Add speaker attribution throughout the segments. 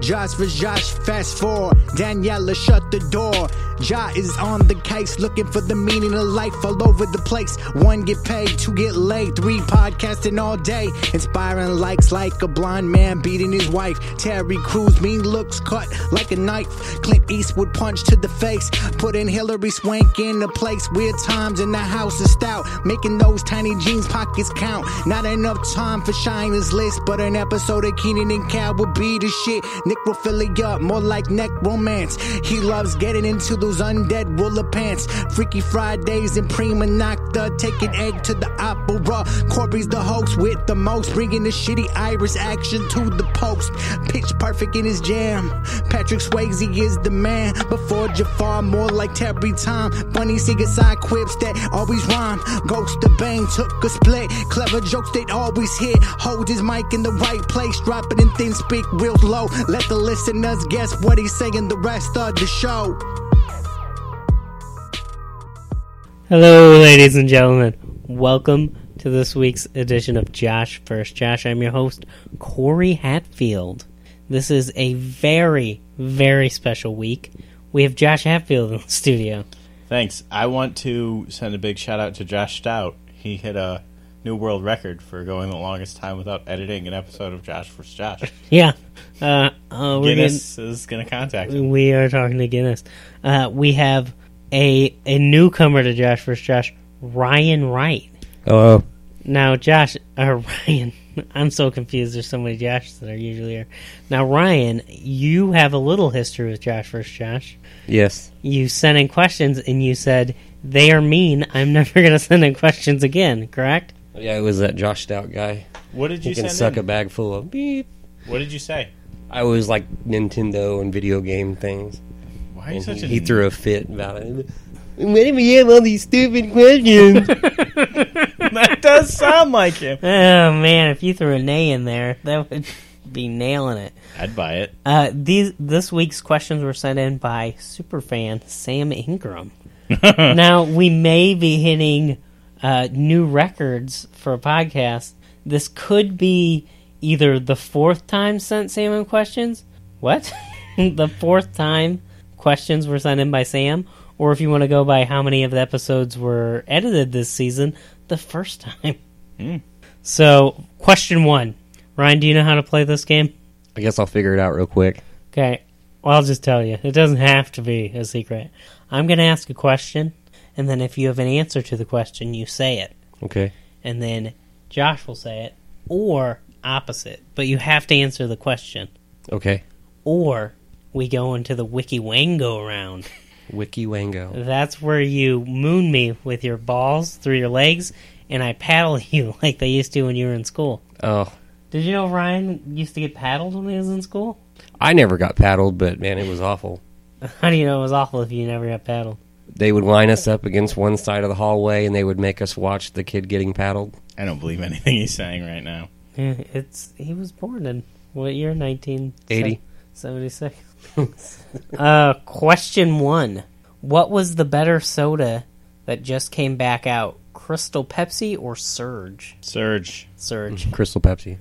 Speaker 1: Josh for Josh, fast forward. Daniela, shut the door. Ja is on the case, looking for the meaning of life all over the place. One get paid, two get laid, three podcasting all day. Inspiring likes like a blind man beating his wife. Terry Crews, mean looks cut like a knife. Clint Eastwood punch to the face, putting Hillary Swank in the place. Weird times in the house is stout, making those tiny jeans pockets count. Not enough time for Shiner's list, but an episode of Keenan and Cal would be the shit. Necrophilia, more like necromance. He loves getting into those undead ruler pants. Freaky Fridays and Prima Nocta, taking egg to the opera. Corby's the host with the most, bringing the shitty Irish action to the post. Pitch perfect in his jam. Patrick Swayze is the man. Before Jafar, more like Terry Tom. Bunny singing side quips that always rhyme. Ghost the Bang took a split. Clever jokes that always hit. Hold his mic in the right place, drop it in thin, speak real low. Let the listeners guess what he's saying the rest of the show.
Speaker 2: Hello, ladies and gentlemen. Welcome to this week's edition of Josh First Josh. I'm your host, Corey Hatfield. This is a very, very special week. We have Josh Hatfield in the studio.
Speaker 3: Thanks. I want to send a big shout out to Josh Stout. He hit a new world record for going the longest time without editing an episode of Josh vs. Josh.
Speaker 2: Yeah, uh, uh, we're
Speaker 3: Guinness is going to contact him.
Speaker 2: getting- we are talking to Guinness. Uh, we have a a newcomer to Josh First Josh, Ryan Wright.
Speaker 4: Hello.
Speaker 2: Now, Josh, uh, Ryan, I'm so confused. There's so many Joshes that are usually here. Now, Ryan, you have a little history with Josh vs. Josh.
Speaker 4: Yes.
Speaker 2: You sent in questions and you said, they are mean. I'm never going to send in questions again, correct?
Speaker 4: Yeah, it was that Josh Stout guy.
Speaker 3: What did
Speaker 4: He
Speaker 3: you
Speaker 4: can
Speaker 3: send
Speaker 4: suck
Speaker 3: in?
Speaker 4: a bag full of beep.
Speaker 3: What did you say?
Speaker 4: I was like Nintendo and video game things.
Speaker 3: Why are you
Speaker 4: And
Speaker 3: such
Speaker 4: he,
Speaker 3: a...
Speaker 4: he threw a fit about it. Why do we have all these stupid questions?
Speaker 3: that does sound like him.
Speaker 2: Oh, man, if you threw a nay in there, that would be nailing it.
Speaker 3: I'd buy it.
Speaker 2: Uh, these This week's questions were sent in by superfan Sam Ingram. now we may be hitting uh, new records for a podcast. This could be either the fourth time sent Sam in questions. What? the fourth time questions were sent in by Sam, or if you want to go by how many of the episodes were edited this season, the first time. So, question one. Ryan, do you know how to play this game?
Speaker 4: I guess I'll figure it out real quick.
Speaker 2: Okay. Well, I'll just tell you. It doesn't have to be a secret. I'm going to ask a question, and then if you have an answer to the question, you say it.
Speaker 4: Okay.
Speaker 2: And then Josh will say it, or opposite. But you have to answer the question.
Speaker 4: Okay.
Speaker 2: Or we go into the Wiki Wango round.
Speaker 4: Wiki Wango.
Speaker 2: That's where you moon me with your balls through your legs, and I paddle you like they used to when you were in school.
Speaker 4: Oh.
Speaker 2: Did you know Ryan used to get paddled when he was in school?
Speaker 4: I never got paddled, but man, it was awful.
Speaker 2: How do you know it was awful if you never got paddled?
Speaker 4: They would line us up against one side of the hallway and they would make us watch the kid getting paddled.
Speaker 3: I don't believe anything he's saying right now.
Speaker 2: Yeah, it's he was born in what year? Nineteen
Speaker 4: 80.
Speaker 2: seventy six. uh, question one: What was the better soda that just came back out? Crystal Pepsi or Surge?
Speaker 3: Serge,
Speaker 2: Surge.
Speaker 4: Crystal Pepsi.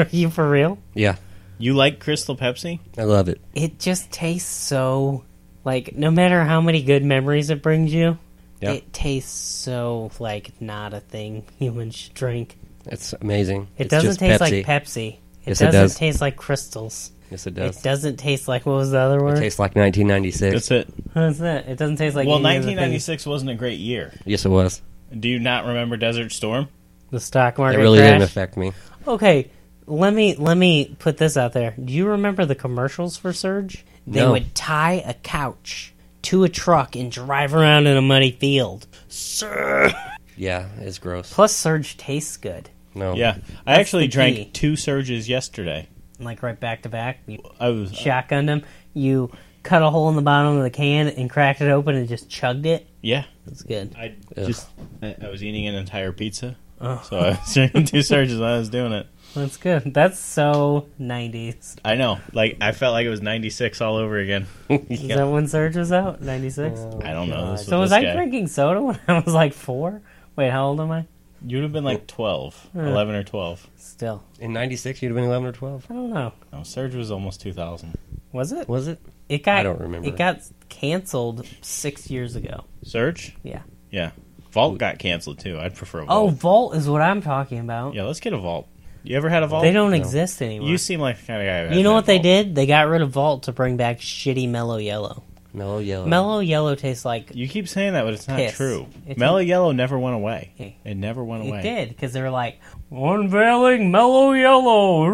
Speaker 2: Are you for real?
Speaker 4: Yeah.
Speaker 3: you like Crystal Pepsi?
Speaker 4: I love it.
Speaker 2: It just tastes so like no matter how many good memories it brings you,
Speaker 4: Yeah.
Speaker 2: it tastes so like not a thing humans should drink.
Speaker 4: It's amazing.
Speaker 2: It
Speaker 4: It's
Speaker 2: doesn't
Speaker 4: just
Speaker 2: taste
Speaker 4: Pepsi.
Speaker 2: like Pepsi. It
Speaker 4: Yes, it
Speaker 2: doesn't
Speaker 4: does.
Speaker 2: taste like crystals.
Speaker 4: Yes, it
Speaker 2: It
Speaker 4: does.
Speaker 2: doesn't taste like what was the other word?
Speaker 4: It tastes like 1996.
Speaker 3: That's it.
Speaker 2: What's that? It doesn't taste like
Speaker 3: well,
Speaker 2: any of the things-
Speaker 3: 1996 wasn't a great year.
Speaker 4: Yes, it was.
Speaker 3: Do you not remember Desert Storm?
Speaker 2: The stock
Speaker 4: It
Speaker 2: market
Speaker 4: really
Speaker 2: crash.
Speaker 4: didn't affect me.
Speaker 2: Okay, let me let me put this out there. Do you remember the commercials for Surge? They
Speaker 4: No.
Speaker 2: would tie a couch to a truck and drive around in a muddy field. Surge.
Speaker 4: Yeah, it's gross.
Speaker 2: Plus, Surge tastes good.
Speaker 4: No.
Speaker 3: Yeah. I actually
Speaker 2: the
Speaker 3: drank
Speaker 2: key.
Speaker 3: two Surges yesterday.
Speaker 2: Like right back to back, you
Speaker 3: I
Speaker 4: uh,
Speaker 3: was... uh,
Speaker 2: shotgunned them. You cut a hole in the bottom of the can and cracked it open and just chugged it.
Speaker 3: Yeah.
Speaker 2: It's good.
Speaker 3: I
Speaker 4: Ugh.
Speaker 3: just I I was eating an entire pizza, so I was drinking two surges while I was doing it.
Speaker 2: That's good. That's so nineties.
Speaker 3: I know, like I felt like it was '96 all over again.
Speaker 2: Is that when Surge was out? Ninety six.
Speaker 4: Oh,
Speaker 3: I don't know. This
Speaker 2: So was
Speaker 3: this
Speaker 2: I
Speaker 3: guy.
Speaker 2: drinking soda when I was like four? Wait, how old am I?
Speaker 3: You'd have been like 12, 11 or 12.
Speaker 2: Still,
Speaker 4: In '96, you'd have been 11 or 12.
Speaker 2: I don't know.
Speaker 3: No, Surge was almost 2000.
Speaker 2: Was it?
Speaker 4: Was it?
Speaker 2: It got.
Speaker 4: I don't remember.
Speaker 2: It got canceled six years ago.
Speaker 3: Surge?
Speaker 2: Yeah.
Speaker 3: Yeah. Vault got canceled too. I'd prefer
Speaker 2: Oh,
Speaker 3: Vault.
Speaker 2: Vault is what I'm talking about.
Speaker 3: Yeah, let's get a Vault. You ever had a Vault?
Speaker 2: They don't exist anymore.
Speaker 3: You seem like the kind of guy.
Speaker 2: You
Speaker 3: who has
Speaker 2: know
Speaker 3: that
Speaker 2: what they
Speaker 3: Vault.
Speaker 2: did? They got rid of Vault to bring back shitty Mellow Yellow.
Speaker 4: Mellow yellow.
Speaker 2: Mellow Yellow tastes like
Speaker 3: You keep saying that, but it's not
Speaker 2: Piss.
Speaker 3: true.
Speaker 2: It's
Speaker 3: Mellow
Speaker 2: a-
Speaker 3: Yellow never went away.
Speaker 2: Hey.
Speaker 3: It never went away.
Speaker 2: it did because they were like unveiling Mellow Yellow.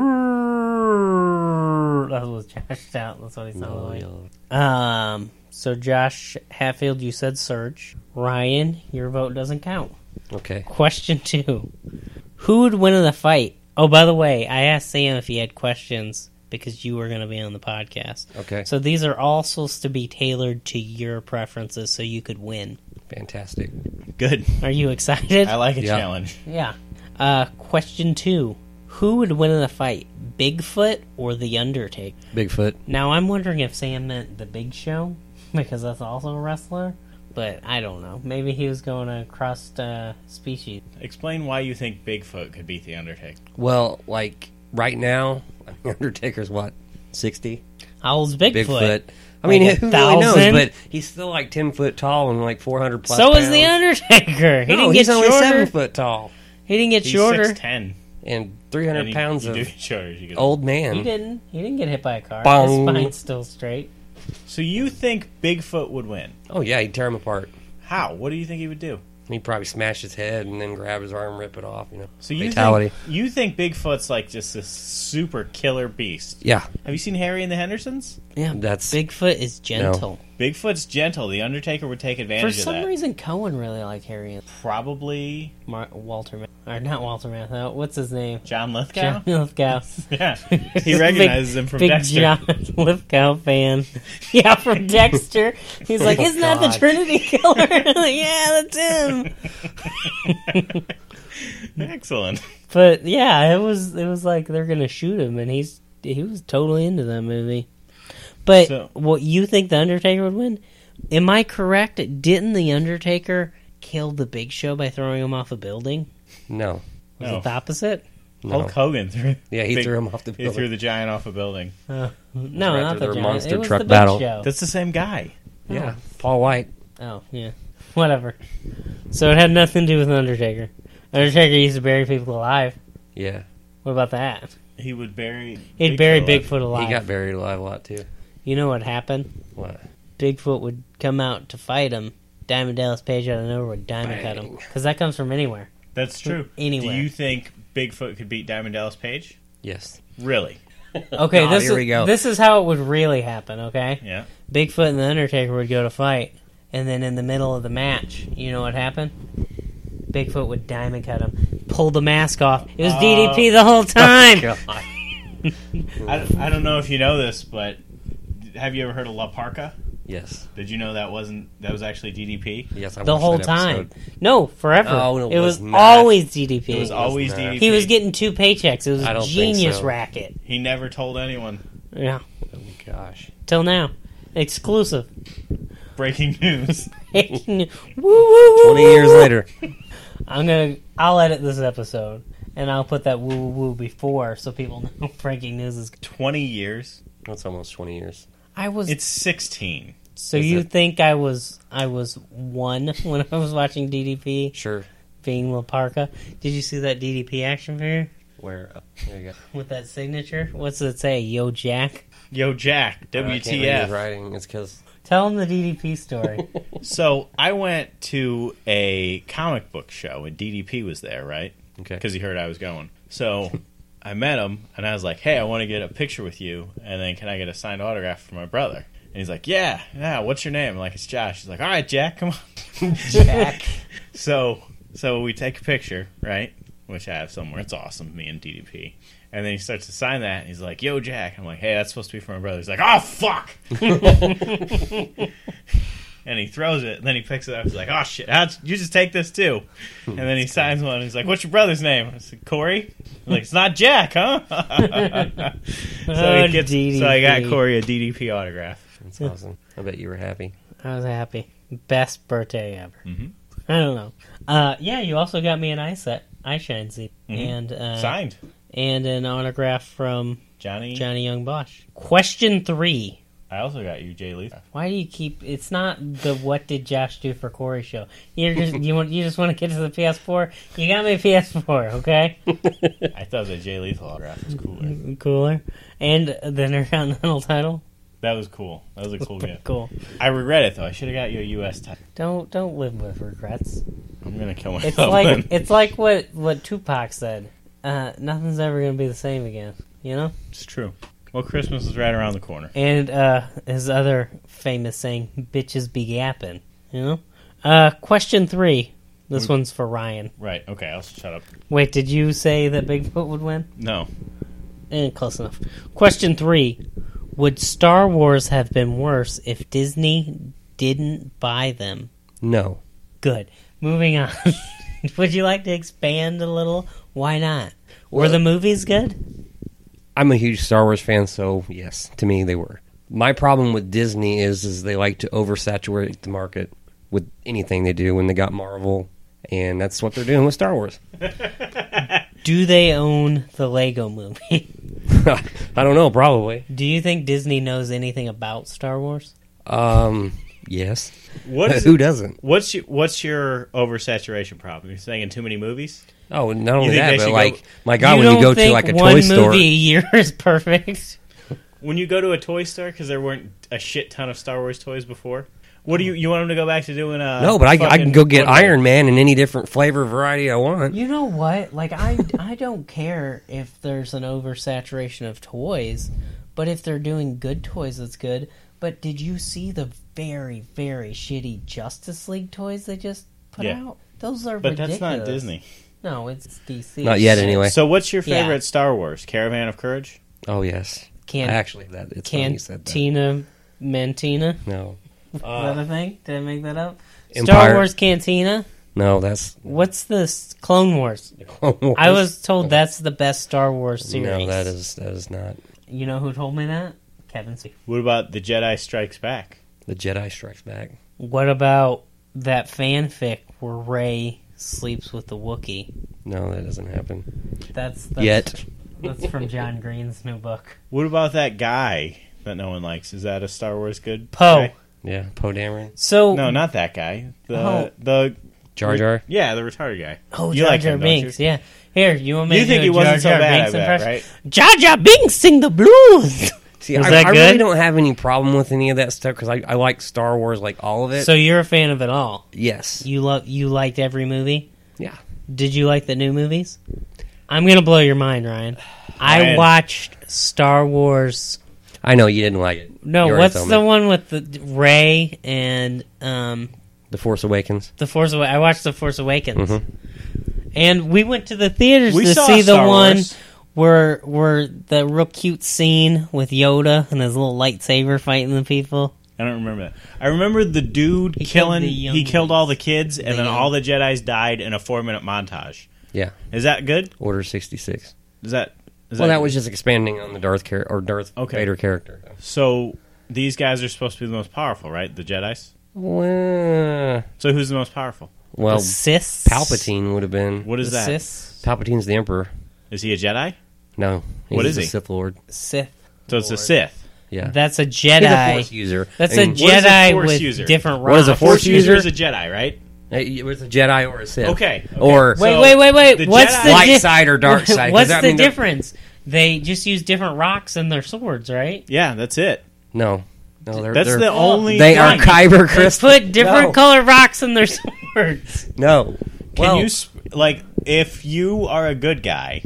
Speaker 2: Rrrr." That was Josh out. That's what he sounded
Speaker 4: Mellow
Speaker 2: like.
Speaker 4: yellow.
Speaker 2: Um. So Josh Hatfield, you said Surge. Ryan, your vote doesn't count.
Speaker 4: Okay.
Speaker 2: Question two: Who would win in the fight? Oh, by the way, I asked Sam if he had questions because you were going to be on the podcast.
Speaker 4: Okay.
Speaker 2: So these are all supposed to be tailored to your preferences so you could win.
Speaker 4: Fantastic.
Speaker 3: Good.
Speaker 2: Are you excited?
Speaker 3: I like a
Speaker 4: Yeah.
Speaker 3: challenge.
Speaker 2: yeah. Uh, question two Who would win in a fight, Bigfoot or The Undertaker?
Speaker 4: Bigfoot.
Speaker 2: Now, I'm wondering if Sam meant The Big Show because that's also a wrestler, but I don't know. Maybe he was going across uh, species.
Speaker 3: Explain why you think Bigfoot could beat the Undertaker.
Speaker 4: Well, like right now, Undertaker's what? 60?
Speaker 2: How old's Bigfoot?
Speaker 4: Bigfoot. I mean,
Speaker 2: Like a
Speaker 4: who really knows?
Speaker 2: thousand?
Speaker 4: But he's still like 10 foot tall and like 400 plus.
Speaker 2: So is The
Speaker 4: pounds.
Speaker 2: Undertaker. He
Speaker 4: No,
Speaker 2: didn't get
Speaker 4: he's only
Speaker 2: shorter.
Speaker 4: 7 foot tall
Speaker 2: He didn't get
Speaker 3: He's
Speaker 2: shorter.
Speaker 3: six ten.
Speaker 4: and 300 pounds
Speaker 3: you
Speaker 4: of
Speaker 3: do get shorter as you get-
Speaker 4: old
Speaker 2: He
Speaker 4: man.
Speaker 2: didn't. He didn't get hit by a car. His
Speaker 4: Bong.
Speaker 2: spine's still straight.
Speaker 3: So you think Bigfoot would win?
Speaker 4: Oh, yeah, he'd tear him apart.
Speaker 3: How? What do you think he would do?
Speaker 4: He'd probably smash his head and then grab his arm, rip it off, you know.
Speaker 3: So you
Speaker 4: Fatality.
Speaker 3: think you think Bigfoot's like just this super killer beast?
Speaker 4: Yeah,
Speaker 3: Have you seen Harry and the Hendersons?
Speaker 2: Yeah,
Speaker 4: That's-
Speaker 2: Bigfoot is gentle.
Speaker 3: Bigfoot's gentle. The Undertaker would take
Speaker 2: For
Speaker 3: advantage of
Speaker 2: some
Speaker 3: that.
Speaker 2: reason, Cohen really liked Harry and
Speaker 3: Probably
Speaker 2: Mar- Walter, Ma- or not Walter Matthau. What's his name?
Speaker 3: John Lithgow.
Speaker 2: John Lithgow.
Speaker 3: Yeah, he recognizes
Speaker 2: Big-
Speaker 3: him from
Speaker 2: big
Speaker 3: Dexter.
Speaker 2: John Lithgow fan. Yeah, from Dexter. He's like,
Speaker 4: Oh,
Speaker 2: isn't that
Speaker 4: God.
Speaker 2: the Trinity Killer? Like, yeah, that's him.
Speaker 3: Excellent.
Speaker 2: But yeah, it was it was like they're gonna shoot him, and he's he was totally into that movie. But
Speaker 3: So-
Speaker 2: what you think the Undertaker would win? Am I correct? Didn't the Undertaker kill the Big Show by throwing him off a building?
Speaker 4: no.
Speaker 2: Was
Speaker 3: No.
Speaker 2: it the opposite?
Speaker 4: no.
Speaker 3: Hulk Hogan threw.
Speaker 4: Yeah, he
Speaker 3: big-
Speaker 4: threw him off the
Speaker 3: He threw
Speaker 4: building.
Speaker 3: the giant off a building.
Speaker 2: No,
Speaker 4: right
Speaker 2: not
Speaker 4: after
Speaker 2: the
Speaker 4: their
Speaker 2: giant.
Speaker 4: monster
Speaker 2: it was
Speaker 4: truck
Speaker 2: the Big
Speaker 4: battle.
Speaker 2: Show.
Speaker 3: That's the same guy.
Speaker 4: yeah, Paul White.
Speaker 2: Oh yeah, whatever. So it had nothing to do with Undertaker. Undertaker used to bury people alive.
Speaker 4: Yeah,
Speaker 2: What about that?
Speaker 3: He would bury.
Speaker 2: He'd
Speaker 3: Bigfoot
Speaker 2: bury
Speaker 3: alive.
Speaker 2: Bigfoot alive.
Speaker 4: he got buried alive a lot too.
Speaker 2: you know what happened?
Speaker 4: What?
Speaker 2: Bigfoot would come out to fight him, Diamond Dallas Page out of nowhere would diamond cut him
Speaker 4: Bang.
Speaker 2: because that comes from anywhere.
Speaker 3: That's true.
Speaker 2: Anywhere.
Speaker 3: Do you think Bigfoot could beat Diamond Dallas Page?
Speaker 4: Yes.
Speaker 3: Really?
Speaker 2: Okay,
Speaker 4: God,
Speaker 2: this
Speaker 4: here
Speaker 2: is
Speaker 4: we go.
Speaker 2: this is how it would really happen. Okay,
Speaker 3: Yeah.
Speaker 2: Bigfoot and the Undertaker would go to fight, and then in the middle of the match, you know what happened? Bigfoot would diamond cut him, pull the mask off. It was
Speaker 3: Oh.
Speaker 2: DDP the whole time.
Speaker 4: God.
Speaker 3: I, I don't know if you know this, but have you ever heard of La Parca?
Speaker 4: Yes.
Speaker 3: Did you know that wasn't that was actually DDP?
Speaker 4: Yes. I
Speaker 2: the
Speaker 4: watched
Speaker 2: whole
Speaker 4: that
Speaker 2: time.
Speaker 4: episode. Oh,
Speaker 2: No, forever.
Speaker 4: No, it
Speaker 2: it, was,
Speaker 4: was not.
Speaker 2: always DDP.
Speaker 3: It was always
Speaker 4: not.
Speaker 3: DDP.
Speaker 2: he was getting two paychecks. It was
Speaker 4: I
Speaker 2: a
Speaker 4: don't think
Speaker 2: genius
Speaker 4: so.
Speaker 2: racket.
Speaker 3: He never told anyone.
Speaker 2: Yeah,
Speaker 4: Oh my gosh.
Speaker 2: till now, exclusive.
Speaker 3: Breaking news.
Speaker 2: Woo, woo, woo,
Speaker 4: Twenty years
Speaker 2: woo.
Speaker 4: later.
Speaker 2: I'm gonna. I'll edit this episode and I'll put that woo woo woo before so people know breaking news is.
Speaker 3: Twenty years.
Speaker 4: That's almost twenty years.
Speaker 2: I was.
Speaker 3: It's sixteen.
Speaker 2: so
Speaker 4: is
Speaker 2: you
Speaker 4: it-
Speaker 2: think I was? I was one when I was watching DDP
Speaker 4: Sure.
Speaker 2: being La Parca. Did you see that DDP action figure
Speaker 4: Where? oh, there you go.
Speaker 2: with that signature? What's it say? Yo Jack.
Speaker 3: Yo, Jack.
Speaker 4: I can't read his
Speaker 3: WTF?
Speaker 4: writing. It's because
Speaker 2: Tell them the DDP story.
Speaker 3: So I went to a comic book show and DDP was there, right?
Speaker 4: Okay.
Speaker 3: Because he heard I was going. So I met him and I was like, "Hey, I want to get a picture with you, and then can I get a signed autograph for my brother?" And he's like, "Yeah, yeah. What's your name?" I'm like, "It's Josh." He's like, "All right, Jack, come on."
Speaker 2: Jack.
Speaker 3: So so we take a picture, right? Which I have somewhere. It's awesome. Me and DDP. And then he starts to sign that, and he's like, "Yo, Jack." I'm like, "Hey, that's supposed to be for my brother." He's like, "Oh, fuck!" and he throws it. And then he picks it up. He's like, "Oh shit! How'd you just take this too?" And then he signs one. And he's like, "What's your brother's name?" I said, "Corey." I'm like, "It's not Jack, huh?" so,
Speaker 2: Oh,
Speaker 3: he gets, so I got
Speaker 2: DDP.
Speaker 3: Corey a DDP autograph.
Speaker 4: that's awesome. I bet you were happy.
Speaker 2: I was happy. Best birthday ever. I don't know. Uh, yeah, you also got me an eye set, eye shine Z, and uh,
Speaker 3: Signed,
Speaker 2: and an autograph from
Speaker 3: Johnny.
Speaker 2: Johnny Young Bosch. Question three.
Speaker 3: I also got you, Jay Leaf.
Speaker 2: Why do you keep? It's not the what did Josh do for Corey show. You're just you want you just want to get to the PS4. You got me a PS4, okay?
Speaker 3: I thought the Jay Lethal autograph was cooler.
Speaker 2: Cooler, and the Intercontinental title.
Speaker 3: That was cool. That was a cool gift.
Speaker 2: Cool.
Speaker 3: I regret it though. I should have got you a U.S. title.
Speaker 2: Don't don't live with regrets.
Speaker 3: I'm gonna kill myself.
Speaker 2: It's like
Speaker 3: then.
Speaker 2: it's like what what Tupac said. Uh, nothing's ever gonna be the same again, you know.
Speaker 3: it's true. Well, Christmas is right around the corner.
Speaker 2: And uh, his other famous saying, "Bitches be yapping," you know. Uh, question three. This one's for Ryan.
Speaker 3: Right. Okay. I'll shut up.
Speaker 2: Wait, did you say that Bigfoot would win?
Speaker 3: No.
Speaker 2: Eh, close enough. Question three: Would Star Wars have been worse if Disney didn't buy them?
Speaker 4: No.
Speaker 2: Good. Moving on. would you like to expand a little? Why not? Were
Speaker 4: Well-
Speaker 2: the movies good?
Speaker 4: I'm a huge Star Wars fan, so yes, to me they were. My problem with Disney is is they like to oversaturate the market with anything they do when they got Marvel, and that's what they're doing with Star Wars.
Speaker 2: Do they own the Lego movie?
Speaker 4: I don't know, probably.
Speaker 2: Do you think Disney knows anything about Star Wars?
Speaker 4: Um, yes.
Speaker 3: What is
Speaker 4: Who
Speaker 3: it-
Speaker 4: doesn't?
Speaker 3: What's your, what's your oversaturation problem? You're saying too many movies?
Speaker 4: Oh, not only
Speaker 3: think they
Speaker 4: that,
Speaker 3: should
Speaker 4: but
Speaker 3: go-
Speaker 4: like, my God,
Speaker 2: you
Speaker 4: when
Speaker 2: don't
Speaker 4: you go to
Speaker 2: think
Speaker 4: like a
Speaker 2: one
Speaker 4: toy store,
Speaker 2: movie a year is perfect.
Speaker 3: When you go to a toy store because there weren't a shit ton of Star Wars toys before. What do you you want them to go back to doing? Uh,
Speaker 4: no, but I, I can
Speaker 3: fucking
Speaker 4: go get
Speaker 3: Wonder Woman?
Speaker 4: Iron Man in any different flavor variety I want.
Speaker 2: You know what? Like I, I don't care if there's an oversaturation of toys, but if they're doing good toys, that's good. But did you see the very, very shitty Justice League toys they just put
Speaker 3: Yeah.
Speaker 2: out? Those are
Speaker 3: But
Speaker 2: ridiculous.
Speaker 3: that's not Disney.
Speaker 2: No, it's DC.
Speaker 4: Not yet, anyway.
Speaker 3: So what's your
Speaker 2: Yeah.
Speaker 3: favorite Star Wars? Caravan of Courage.
Speaker 4: Oh yes,
Speaker 2: Can-
Speaker 4: I actually that it's funny you said that.
Speaker 2: Cantina Mantina.
Speaker 4: No,
Speaker 2: Is
Speaker 3: Uh,
Speaker 2: that a thing? Did I make that up? Star
Speaker 4: Empire-
Speaker 2: Wars Cantina.
Speaker 4: no, that's
Speaker 2: What's this? Clone Wars. I was told that's the best Star Wars series.
Speaker 4: No, that is that is not
Speaker 2: You know who told me that? Kevin C.
Speaker 3: What about the Jedi Strikes Back?
Speaker 4: the Jedi Strikes Back.
Speaker 2: What about that fanfic where Ray sleeps with the Wookiee?
Speaker 4: No, that doesn't happen
Speaker 2: That's, that's
Speaker 4: yet.
Speaker 2: That's from John Green's new book.
Speaker 3: What about that guy that no one likes? Is that a Star Wars good?
Speaker 2: Poe.
Speaker 3: guy?
Speaker 4: Yeah, Poe Dameron,
Speaker 2: So
Speaker 3: No, not that guy. The
Speaker 2: Oh.
Speaker 3: the
Speaker 4: Jar Jar.
Speaker 3: yeah, the retarded guy.
Speaker 2: Oh,
Speaker 3: You
Speaker 2: Jar
Speaker 3: like
Speaker 2: Jar
Speaker 3: him, don't you?
Speaker 2: Binks. Yeah. Here, you want me
Speaker 3: You
Speaker 2: to
Speaker 3: think
Speaker 2: do
Speaker 3: he
Speaker 2: a
Speaker 3: wasn't so
Speaker 2: Jar Jar
Speaker 3: bad, I
Speaker 2: Binks
Speaker 3: bet,
Speaker 2: impression?
Speaker 3: right?
Speaker 2: Jar Jar Binks sing the blues.
Speaker 4: See,
Speaker 2: Was
Speaker 4: I,
Speaker 2: that
Speaker 4: I
Speaker 2: good?
Speaker 4: really don't have any problem with any of that stuff because I, I like Star Wars, like all of it.
Speaker 2: so you're a fan of it all.
Speaker 4: yes,
Speaker 2: You love. You liked every movie.
Speaker 4: yeah.
Speaker 2: Did you like the new movies? I'm gonna blow your mind, Ryan. I
Speaker 3: Ryan.
Speaker 2: watched Star Wars.
Speaker 4: I know you didn't like it. You
Speaker 2: No,
Speaker 4: already
Speaker 2: what's
Speaker 4: told
Speaker 2: the
Speaker 4: me.
Speaker 2: one with the Ray and um,
Speaker 4: The Force Awakens.
Speaker 2: the Force? Awakens? I watched the Force Awakens,
Speaker 4: Mm-hmm.
Speaker 2: and we went to the theaters
Speaker 3: We
Speaker 2: to
Speaker 3: saw
Speaker 2: see the
Speaker 3: Star
Speaker 2: one
Speaker 3: Wars.
Speaker 2: where where the real cute scene with Yoda and his little lightsaber fighting the people.
Speaker 3: I don't remember that. I remember the dude
Speaker 2: He killed
Speaker 3: killing.
Speaker 2: the young
Speaker 3: he killed all the
Speaker 2: ones.
Speaker 3: kids, and
Speaker 2: The
Speaker 3: then
Speaker 2: young-
Speaker 3: all the Jedi's died in a four-minute montage.
Speaker 4: Yeah,
Speaker 3: Is that good?
Speaker 4: Order sixty six.
Speaker 3: Is that? Is
Speaker 4: Well, that was just expanding on the Darth char- or Darth
Speaker 3: Okay.
Speaker 4: Vader character.
Speaker 3: So these guys are supposed to be the most powerful, right? The Jedi's.
Speaker 4: Well,
Speaker 3: So who's the most powerful?
Speaker 4: well
Speaker 2: the sis
Speaker 4: Oh, Palpatine would have been.
Speaker 3: What
Speaker 2: The
Speaker 3: is that? Is
Speaker 2: sis
Speaker 4: Palpatine's the Emperor.
Speaker 3: he a Jedi?
Speaker 4: No, he's
Speaker 3: What is
Speaker 4: the
Speaker 3: he?
Speaker 4: Sith Lord.
Speaker 2: Sith.
Speaker 3: So it's a
Speaker 2: Lord.
Speaker 3: Sith.
Speaker 4: Yeah,
Speaker 2: That's a
Speaker 4: he's a
Speaker 2: Jedi.
Speaker 4: Force user.
Speaker 2: That's
Speaker 4: I mean,
Speaker 2: a
Speaker 3: what is a
Speaker 2: Jedi
Speaker 3: Force
Speaker 2: with
Speaker 3: user?
Speaker 2: different rocks.
Speaker 4: What is a Force user?
Speaker 3: is a Jedi, right?
Speaker 4: Hey, It was a Jedi or a Sith.
Speaker 3: Okay, okay.
Speaker 4: Or
Speaker 3: So-
Speaker 2: Wait, wait, wait, wait.
Speaker 3: the
Speaker 2: What's
Speaker 3: Jedi-
Speaker 2: the
Speaker 4: Light side or dark side, 'cause
Speaker 2: What's
Speaker 4: I
Speaker 2: the
Speaker 4: mean, they're-
Speaker 2: difference? They just use different rocks in their swords, right?
Speaker 3: Yeah, that's it.
Speaker 4: no, no, they're,
Speaker 3: That's
Speaker 4: they're,
Speaker 3: the only.
Speaker 4: they are
Speaker 3: thing.
Speaker 4: kyber
Speaker 2: They
Speaker 4: crystal.
Speaker 2: put different
Speaker 4: No.
Speaker 2: colored rocks in their swords.
Speaker 4: No.
Speaker 3: Can you sp- like if you are a good guy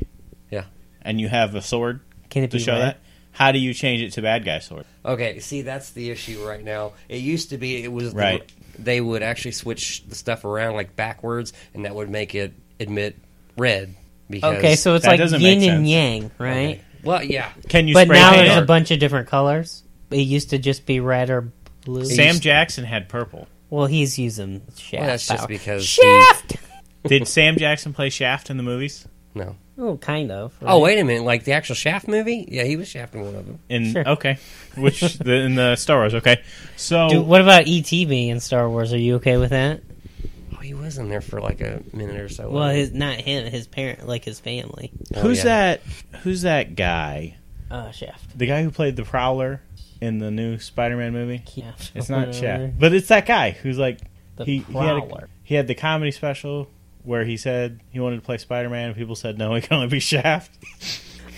Speaker 4: Yeah.
Speaker 3: and you have a sword
Speaker 2: Can it
Speaker 3: to
Speaker 2: be
Speaker 3: show
Speaker 2: red?
Speaker 3: that? How do you change it to bad guy sword?
Speaker 4: Okay. See, that's the issue right now. It used to be it was the-
Speaker 3: Right.
Speaker 4: they would actually switch the stuff around like backwards, and that would make it admit red. Because,
Speaker 2: Okay, so it's
Speaker 3: That
Speaker 2: like
Speaker 3: doesn't
Speaker 2: yin
Speaker 3: make
Speaker 2: and
Speaker 3: sense.
Speaker 2: yang, right?
Speaker 4: Okay. Well, yeah.
Speaker 3: Can you
Speaker 2: But
Speaker 3: spray
Speaker 2: now
Speaker 3: paint
Speaker 2: there's
Speaker 3: it?
Speaker 2: a bunch of different colors. It used to just be red or blue.
Speaker 3: Sam Jackson had purple.
Speaker 2: Well, he's using shaft.
Speaker 4: Well, that's just
Speaker 2: power.
Speaker 4: because he-
Speaker 2: shaft.
Speaker 3: Did Sam Jackson play Shaft in the movies?
Speaker 4: No.
Speaker 2: Oh, kind of.
Speaker 4: Oh wait a minute! Like the actual Shaft movie? Yeah, he was Shaft in one of them.
Speaker 3: In
Speaker 2: Sure.
Speaker 3: okay, which the, in the Star Wars. Okay, so
Speaker 2: E Dude, what about ET being in Star Wars? Are you okay with that?
Speaker 4: I Oh, he was in there for like a minute or so. Uh,
Speaker 2: Well, his not him, his parent, like his family.
Speaker 4: Oh,
Speaker 3: who's
Speaker 4: yeah.
Speaker 3: that? Who's that guy?
Speaker 2: Uh, Shaft.
Speaker 3: The guy who played the Prowler in the new Spider-Man movie.
Speaker 2: Yeah,
Speaker 3: It's not Shaft, but it's that guy who's like
Speaker 2: The
Speaker 3: he he had, a,
Speaker 2: Prowler.
Speaker 3: he had the comedy special where he said he wanted to play Spider-Man, and people said no, he can only be Shaft.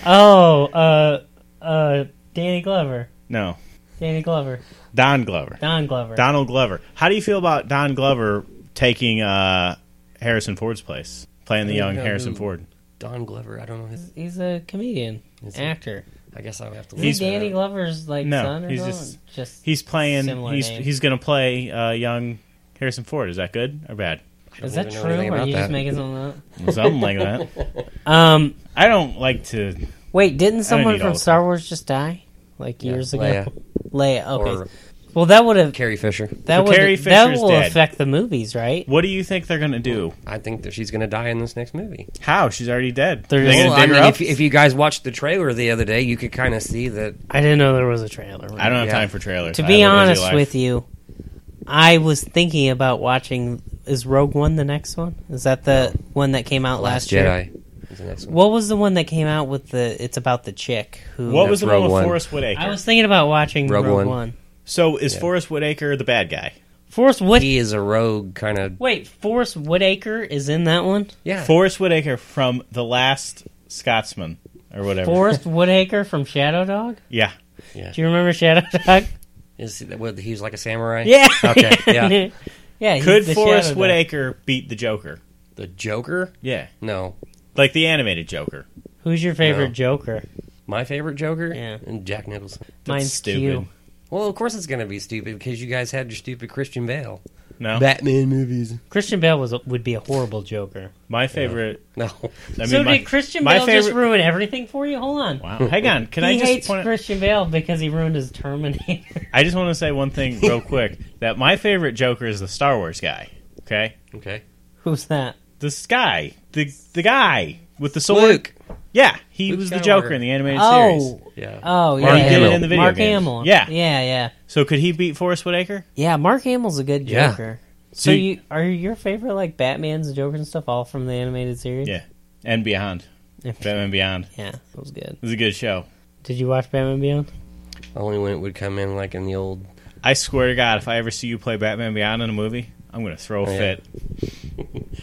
Speaker 2: Oh, uh, uh, Danny Glover.
Speaker 3: No,
Speaker 2: Danny Glover.
Speaker 3: Don Glover,
Speaker 2: Don Glover.
Speaker 3: Donald Glover. How do you feel about Don Glover taking uh, Harrison Ford's place, playing the
Speaker 4: I don't
Speaker 3: young
Speaker 4: know
Speaker 3: Harrison
Speaker 4: who-
Speaker 3: Ford?
Speaker 4: Don Glover. I don't know his.
Speaker 2: He's a comedian,
Speaker 4: Is he?
Speaker 2: actor.
Speaker 4: I guess I'll have to.
Speaker 2: Is
Speaker 3: He's-
Speaker 2: he Danny Glover's like
Speaker 3: No,
Speaker 2: son or
Speaker 3: he's
Speaker 2: he's
Speaker 3: just-
Speaker 2: just,
Speaker 3: He's playing.
Speaker 2: Similar
Speaker 3: he's
Speaker 2: name.
Speaker 3: he's gonna play uh, young Harrison Ford. Is that good or bad?
Speaker 2: is that true? Or are you just making something
Speaker 3: Something like that.
Speaker 2: up? Um,
Speaker 3: I don't like to.
Speaker 2: wait, didn't someone
Speaker 3: need all
Speaker 2: from
Speaker 3: this.
Speaker 2: Star Wars just die like years ago?
Speaker 4: Leia.
Speaker 2: Leia, Okay.
Speaker 4: Or-
Speaker 2: well, that would have
Speaker 4: Carrie Fisher.
Speaker 2: that
Speaker 3: So
Speaker 2: would
Speaker 3: Carrie
Speaker 2: that
Speaker 3: Fisher's
Speaker 2: will
Speaker 3: dead.
Speaker 2: affect the movies, right?
Speaker 3: What do you think they're gonna do?
Speaker 4: I think that she's going to die in this next movie.
Speaker 3: How? She's already dead.
Speaker 2: They're
Speaker 3: They're gonna
Speaker 2: just-
Speaker 4: Well,
Speaker 3: dig
Speaker 4: I mean,
Speaker 3: her
Speaker 4: if,
Speaker 3: up?
Speaker 4: if you guys watched the trailer the other day, you could kind of see that.
Speaker 2: I didn't know there was a trailer.
Speaker 3: I don't have
Speaker 4: Yeah.
Speaker 3: time for trailers.
Speaker 2: To be honest with you, I was thinking about watching. Is Rogue One the next one? Is that the one that came out last, year?
Speaker 4: Jedi. Is the next one.
Speaker 2: What was the one that came out with the? It's about the chick who.
Speaker 3: what was the
Speaker 4: Rogue
Speaker 3: one with
Speaker 4: One.
Speaker 3: Forrest Whitaker?
Speaker 2: I was thinking about watching
Speaker 4: Rogue
Speaker 2: Rogue,
Speaker 4: One.
Speaker 2: One.
Speaker 3: so is Forrest Whitaker the bad guy?
Speaker 2: Forrest Wood.
Speaker 4: he is a rogue kind of.
Speaker 2: Wait, Forrest Whitaker is in that one.
Speaker 4: Yeah.
Speaker 3: Forrest Whitaker from The Last Scotsman or whatever.
Speaker 2: Forrest Whitaker from Shadow Dog.
Speaker 3: yeah.
Speaker 2: Do you remember Shadow Dog?
Speaker 4: Is he, what, he was like a samurai.
Speaker 2: Yeah.
Speaker 4: Okay. Yeah.
Speaker 2: yeah. he's
Speaker 3: Could
Speaker 2: the
Speaker 3: Forrest
Speaker 2: Shadow Dog.
Speaker 3: Whitaker beat the Joker?
Speaker 4: the Joker.
Speaker 3: Yeah.
Speaker 4: No.
Speaker 3: Like the animated Joker.
Speaker 2: Who's your favorite
Speaker 4: No.
Speaker 2: Joker?
Speaker 4: My favorite Joker.
Speaker 2: Yeah.
Speaker 4: And Jack Nicholson.
Speaker 2: Mine's
Speaker 3: stupid.
Speaker 2: Q.
Speaker 4: Well, of course it's going to be stupid because you guys had your stupid Christian Bale.
Speaker 3: No.
Speaker 4: Batman movies.
Speaker 2: Christian Bale was would be a horrible Joker.
Speaker 3: my favorite
Speaker 4: No.
Speaker 3: I mean
Speaker 2: so
Speaker 3: my,
Speaker 2: did Christian
Speaker 3: my
Speaker 2: Bale just
Speaker 3: favorite-
Speaker 2: ruin everything for you? Hold on.
Speaker 3: Wow. Hang on. Can
Speaker 2: he
Speaker 3: I just
Speaker 2: hates
Speaker 3: point out-
Speaker 2: Christian Bale because he ruined his Terminator.
Speaker 3: I just want to say one thing real quick that my favorite Joker is the Star Wars guy. Okay?
Speaker 4: Okay.
Speaker 2: Who's that?
Speaker 3: This guy. The the guy with the sword.
Speaker 4: Luke.
Speaker 3: Yeah, he
Speaker 4: Luke
Speaker 3: was the
Speaker 4: Skywalker.
Speaker 3: Joker in the animated series.
Speaker 2: Oh,
Speaker 4: Yeah.
Speaker 2: oh, yeah.
Speaker 3: Mark
Speaker 2: yeah.
Speaker 3: Hamill in the video
Speaker 2: Mark
Speaker 3: games.
Speaker 2: Hamill.
Speaker 3: Yeah.
Speaker 2: yeah, yeah,
Speaker 3: So could he beat Forrest Whitaker?
Speaker 2: yeah. Mark Hamill's a good
Speaker 4: Yeah.
Speaker 2: Joker. So
Speaker 3: Do-
Speaker 2: you are your favorite like Batman's Joker and stuff all from the animated series?
Speaker 3: Yeah, and Beyond. Batman Beyond
Speaker 2: yeah, that was good.
Speaker 3: It was a good show.
Speaker 2: Did you watch Batman Beyond?
Speaker 4: Only when it would come in like in the old.
Speaker 3: I swear to God, if I ever see you play Batman Beyond in a movie, I'm gonna throw a
Speaker 2: Oh,
Speaker 4: yeah.
Speaker 3: fit.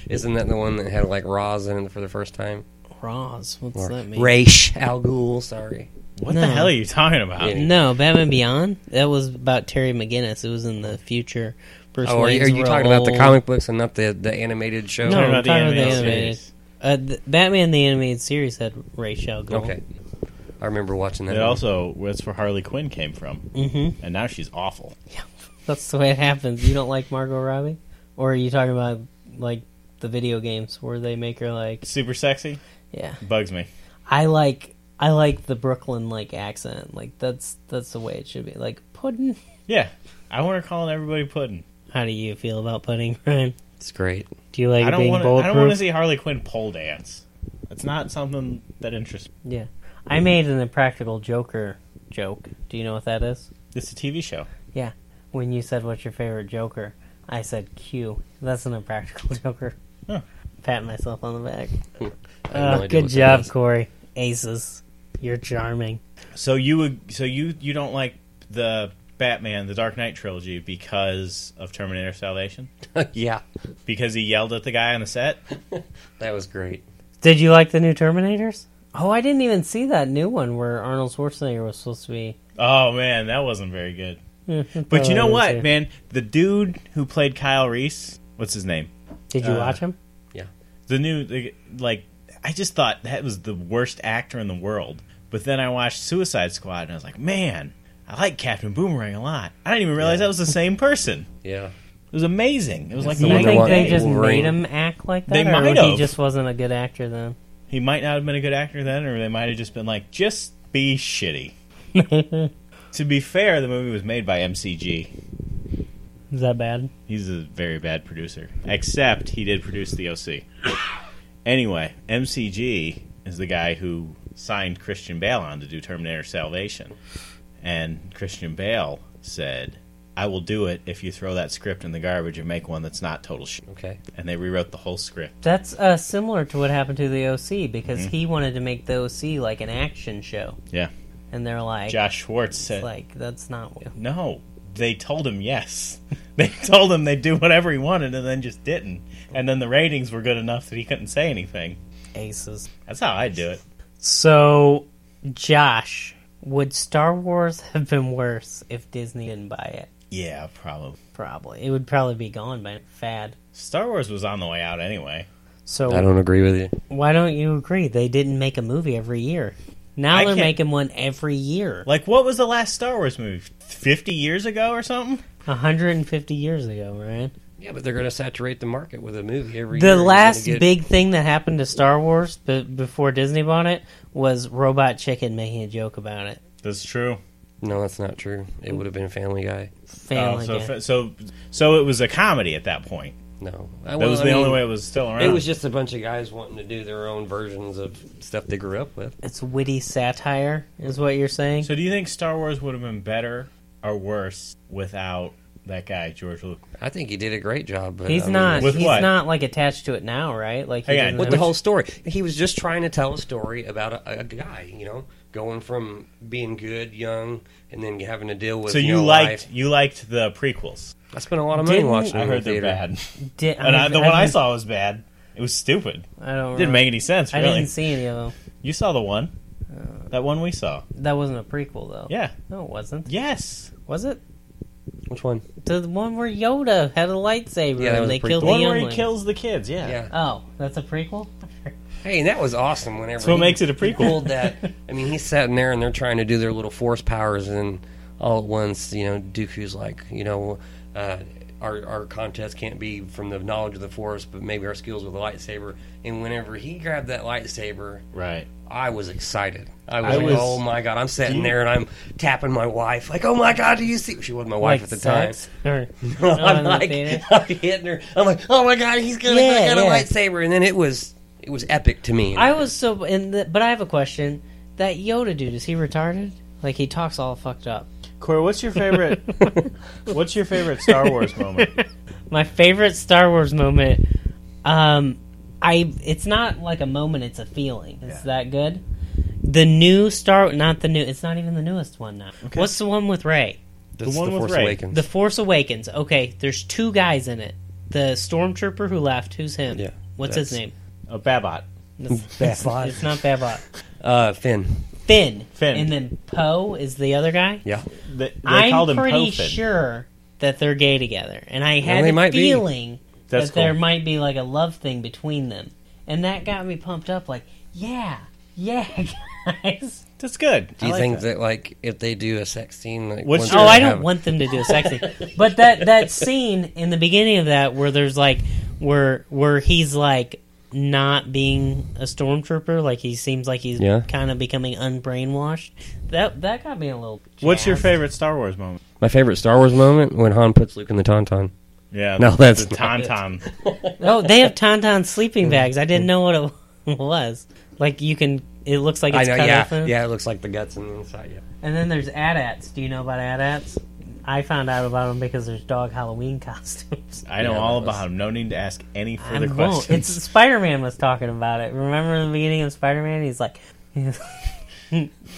Speaker 4: Isn't that the one that had like Roz in it for the first time?
Speaker 2: Roz, what's
Speaker 4: Or
Speaker 2: that mean?
Speaker 4: Raish Al Ghul. Sorry.
Speaker 3: What
Speaker 2: No.
Speaker 3: the hell are you talking about?
Speaker 4: Yeah.
Speaker 2: No, Batman Beyond. That was about Terry McGinnis. It was in the future. Bruce
Speaker 4: Oh, are you, are
Speaker 2: Wayne's
Speaker 4: you
Speaker 2: real
Speaker 4: talking about the
Speaker 2: old.
Speaker 4: comic books and not the, the animated show?
Speaker 2: No,
Speaker 3: Talking about
Speaker 2: I'm
Speaker 3: the
Speaker 2: talking about the
Speaker 3: animated
Speaker 2: animated.
Speaker 3: series.
Speaker 2: Uh, the, Batman the animated series had Rachel Gould.
Speaker 4: Okay. I remember watching that.
Speaker 3: It also that's where Harley Quinn came from, mm-hmm. and now she's awful.
Speaker 2: That's the way it happens. You don't like Margot Robbie, or are you talking about like the video games where they make her like?
Speaker 3: Super sexy,
Speaker 2: Yeah,
Speaker 3: bugs me.
Speaker 2: I like I like the Brooklyn like accent. Like that's that's the way it should be. Like pudding.
Speaker 3: Yeah, I want her calling everybody pudding.
Speaker 2: How do you feel about pudding, Ryan?
Speaker 4: It's great.
Speaker 2: Do you like
Speaker 3: I
Speaker 2: it
Speaker 3: don't
Speaker 2: being
Speaker 3: want. I don't want to
Speaker 2: bulletproof?
Speaker 3: see Harley Quinn pole dance. That's not something that interests. me.
Speaker 2: yeah, I made an impractical Joker joke. Do you know what that is?
Speaker 3: It's a TV show.
Speaker 2: Yeah. When you said what's your favorite Joker, I said Q. That's an impractical Joker.
Speaker 3: Huh.
Speaker 2: Pat myself on the back.
Speaker 4: I have
Speaker 2: Uh,
Speaker 4: no idea
Speaker 2: good
Speaker 4: what that
Speaker 2: job,
Speaker 4: was.
Speaker 2: Corey. Aces. You're charming.
Speaker 3: So you would. So you you don't like the Batman, the Dark Knight trilogy because of Terminator Salvation.
Speaker 4: yeah,
Speaker 3: Because he yelled at the guy on the set?
Speaker 4: that was great.
Speaker 2: Did you like the new Terminators? Oh, I didn't even see that new one where Arnold Schwarzenegger was supposed to be.
Speaker 3: Oh man, that wasn't very good. But
Speaker 2: but
Speaker 3: you know what, man? The dude who played Kyle Reese, what's his name?
Speaker 2: Did you
Speaker 3: Uh,
Speaker 2: watch him?
Speaker 4: Yeah,
Speaker 3: The new the, like I just thought that was the worst actor in the world. But then I watched Suicide Squad and I was like, "Man, I like Captain Boomerang a lot." I didn't even realize that was the same person.
Speaker 4: yeah.
Speaker 3: It was amazing. It was like
Speaker 2: Do
Speaker 3: the
Speaker 4: the
Speaker 2: you
Speaker 3: one
Speaker 4: one
Speaker 2: think they
Speaker 4: that wanted
Speaker 2: just
Speaker 4: Wolverine.
Speaker 2: made him act like that?
Speaker 3: They
Speaker 2: or
Speaker 3: might
Speaker 2: he
Speaker 3: have.
Speaker 2: just wasn't a good actor then?
Speaker 3: he might not have been a good actor then or they might have just been like, "Just be shitty." to be fair, the movie was made by MCG.
Speaker 2: Is that bad?
Speaker 3: He's a very bad producer. Except he did produce the OC. anyway, MCG is the guy who signed Christian Bale on to do Terminator Salvation. And Christian Bale said, I will do it if you throw that script in the garbage and make one that's not total shit.
Speaker 4: Okay.
Speaker 3: And they rewrote the whole script.
Speaker 2: That's uh, similar to what happened to the OC because
Speaker 4: Mm-hmm.
Speaker 2: he wanted to make the OC like an action show,
Speaker 3: Yeah.
Speaker 2: and they're like,
Speaker 3: Josh Schwartz said,
Speaker 2: it's like that's not. what-
Speaker 3: no. They told him yes. They told him they'd do whatever he wanted and then just didn't. And then the ratings were good enough that he couldn't say anything.
Speaker 2: aces.
Speaker 3: That's how I do it.
Speaker 2: So, Josh, would Star Wars have been worse if Disney didn't buy it?
Speaker 3: Yeah, probably.
Speaker 2: Probably. It would probably be gone by fad.
Speaker 3: Star Wars was on the way out anyway.
Speaker 2: So,
Speaker 4: I don't agree with you.
Speaker 2: why don't you agree? They didn't make a movie every year. Now
Speaker 3: I
Speaker 2: they're
Speaker 3: can't-
Speaker 2: making one every year.
Speaker 3: Like, what was the last Star Wars movie? 50 years ago or something?
Speaker 2: 150 years ago, right?
Speaker 4: Yeah, but they're going to saturate the market with a movie every year.
Speaker 2: The
Speaker 4: You're gonna
Speaker 2: last
Speaker 4: get-
Speaker 2: big thing that happened to Star Wars b- before Disney bought it was Robot Chicken making a joke about it.
Speaker 3: That's true.
Speaker 4: No, that's not true. It would have been Family Guy.
Speaker 2: Family
Speaker 3: Oh, so,
Speaker 4: Oh,
Speaker 2: Guy.
Speaker 3: fa- so, so it was a comedy at that point.
Speaker 4: No.
Speaker 3: That was the only way it was still around.
Speaker 4: It was just a bunch of guys wanting to do their own versions of stuff they grew up with.
Speaker 2: it's witty satire, is what you're saying.
Speaker 3: so, do you think Star Wars would have been better or worse without that guy George Lucas?
Speaker 4: I think he did a great job, but I
Speaker 2: He's
Speaker 4: mean,
Speaker 2: not.
Speaker 3: With
Speaker 2: he's
Speaker 3: what?
Speaker 2: not like attached to it now, right? Like he
Speaker 3: Hang on,
Speaker 2: doesn't
Speaker 4: with
Speaker 2: have-
Speaker 4: the whole story. He was just trying to tell a story about a, a guy, you know, going from being good, young, and then having to deal with.
Speaker 3: So
Speaker 4: no
Speaker 3: you liked
Speaker 4: life.
Speaker 3: you liked the prequels.
Speaker 4: I spent a lot of money
Speaker 2: Didn't-
Speaker 4: watching.
Speaker 3: I
Speaker 4: them in
Speaker 3: heard they're
Speaker 4: theater.
Speaker 3: bad,
Speaker 2: Di-
Speaker 3: and I,
Speaker 2: I've-
Speaker 3: the one I
Speaker 2: I've-
Speaker 3: saw was bad. It was stupid.
Speaker 2: I don't.
Speaker 3: It didn't
Speaker 2: remember.
Speaker 3: make any sense.
Speaker 2: Uh, I
Speaker 3: Really,
Speaker 2: didn't see any of them.
Speaker 3: you saw the one, that one we saw.
Speaker 2: That wasn't a prequel, though.
Speaker 3: Yeah.
Speaker 2: No, it wasn't.
Speaker 3: Yes.
Speaker 2: Was it?
Speaker 4: Which one?
Speaker 2: The one where Yoda had a lightsaber
Speaker 4: Yeah, that was
Speaker 2: and they
Speaker 4: a prequel.
Speaker 2: killed
Speaker 3: The
Speaker 2: the,
Speaker 3: one where
Speaker 2: youngling.
Speaker 3: he kills the kids. Yeah.
Speaker 4: Yeah.
Speaker 2: Oh, that's a prequel.
Speaker 4: Hey, and that was awesome. Whenever
Speaker 3: That's what
Speaker 4: he-
Speaker 3: makes it a
Speaker 4: he pulled
Speaker 3: prequel.
Speaker 4: that. I mean, he's sitting there and they're trying to do their little force powers, and all at once, you know, Dooku's like, you know, uh, our our contest can't be from the knowledge of the force, but maybe our skills with the lightsaber. And whenever he grabbed that lightsaber,
Speaker 3: right.
Speaker 4: I was excited. I was,
Speaker 3: I
Speaker 4: like,
Speaker 3: was-
Speaker 4: oh my god! I'm sitting there and I'm tapping my wife, like, oh my god, do you see? She wasn't my wife
Speaker 2: Like
Speaker 4: at the
Speaker 2: sex? Or-
Speaker 4: time.
Speaker 2: Oh, in
Speaker 4: I'm
Speaker 2: the
Speaker 4: like,
Speaker 2: theater?
Speaker 4: I'm hitting her. I'm like, oh my god, he's gonna
Speaker 2: Yeah,
Speaker 4: get a
Speaker 2: yeah.
Speaker 4: lightsaber, and then it was it was epic to me.
Speaker 2: I was so. In the, but I have a question. That Yoda dude is he retarded? Like he talks all fucked up.
Speaker 3: Corey, what's your favorite? what's your favorite Star Wars moment?
Speaker 2: my favorite Star Wars moment. Um, I it's not like a moment; it's a feeling. It's that good. The new Star, not the new. It's not even the newest one now. What's the one with Ray?
Speaker 4: That's
Speaker 3: The one with
Speaker 4: Force
Speaker 3: Rey.
Speaker 4: Awakens.
Speaker 2: The Force Awakens. Okay, there's two guys in it. The stormtrooper who left. Who's him?
Speaker 4: Yeah,
Speaker 2: What's his name?
Speaker 4: that's-
Speaker 3: A Babot.
Speaker 2: It's,
Speaker 4: Babot.
Speaker 2: It's not Babot.
Speaker 4: uh, Finn.
Speaker 2: Finn.
Speaker 3: Finn.
Speaker 2: And then Poe is the other guy.
Speaker 4: Yeah.
Speaker 3: They, they
Speaker 2: I'm
Speaker 3: called him
Speaker 2: pretty
Speaker 3: Pofin.
Speaker 2: sure that they're gay together, and I had
Speaker 4: they
Speaker 2: a
Speaker 4: might be.
Speaker 2: feeling
Speaker 3: That's
Speaker 2: that there
Speaker 3: cool.
Speaker 2: might be like a love thing between them, and that got me pumped up. Like, yeah, yeah, guys.
Speaker 3: That's good.
Speaker 4: Do you think that. like if they do a sex scene, like
Speaker 3: What's
Speaker 4: once
Speaker 3: your-
Speaker 2: Oh,
Speaker 4: they
Speaker 2: I don't
Speaker 4: have-
Speaker 2: want them to do a sex scene, but that that scene in the beginning of that where there's like where where he's like not being a stormtrooper, like he seems like he's
Speaker 4: Yeah.
Speaker 2: kind of becoming unbrainwashed. That that got me a little.
Speaker 3: What's your
Speaker 2: jazzed.
Speaker 3: favorite Star Wars moment?
Speaker 4: My favorite Star Wars moment when Han puts Luke in the tauntaun.
Speaker 3: Yeah.
Speaker 4: No,
Speaker 3: the-
Speaker 4: that's
Speaker 3: the
Speaker 4: not it.
Speaker 3: Tauntaun.
Speaker 2: Oh, they have Tauntaun sleeping
Speaker 4: Mm-hmm.
Speaker 2: bags. I didn't know what it was. Like you can, it looks like
Speaker 4: I
Speaker 2: it's
Speaker 4: know,
Speaker 2: cut
Speaker 4: yeah,
Speaker 2: open.
Speaker 4: yeah. It looks like the guts on the inside. Yeah.
Speaker 2: And then there's AT-ATs. Do you know about AT-ATs? I found out about them because there's dog Halloween costumes.
Speaker 3: I know
Speaker 4: Yeah,
Speaker 3: all
Speaker 4: that was-
Speaker 3: about him. No need to ask any
Speaker 2: I
Speaker 3: further
Speaker 2: won't. It's
Speaker 3: questions.
Speaker 2: Spider-Man was talking about it. Remember in the beginning of Spider-Man? He's like,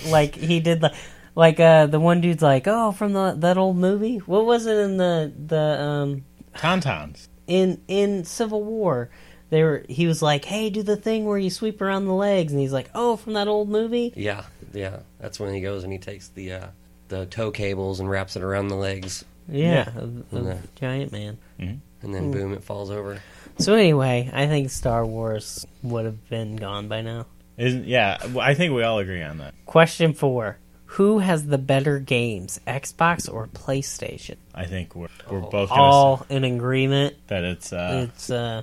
Speaker 2: like he did the. Like uh, the one dude's like, oh, from the that old movie. What was it in the the um
Speaker 3: Tauntauns.
Speaker 2: in in Civil War, they were he was like, "Hey, do the thing where you sweep around the legs," and he's like, "Oh, from that old movie."
Speaker 4: Yeah, yeah. That's when he goes and he takes the uh, the tow cables and wraps it around the legs,
Speaker 2: Yeah, of- of
Speaker 4: Yeah.
Speaker 2: giant man.
Speaker 4: and then boom, it falls over.
Speaker 2: So anyway, I think Star Wars would have been gone by now.
Speaker 3: Isn't yeah, well, I think we all agree on that.
Speaker 2: Question four: Who has the better games, Xbox or PlayStation?
Speaker 3: I think we're we're both gonna say
Speaker 2: All in agreement.
Speaker 3: that it's uh,
Speaker 2: It's uh,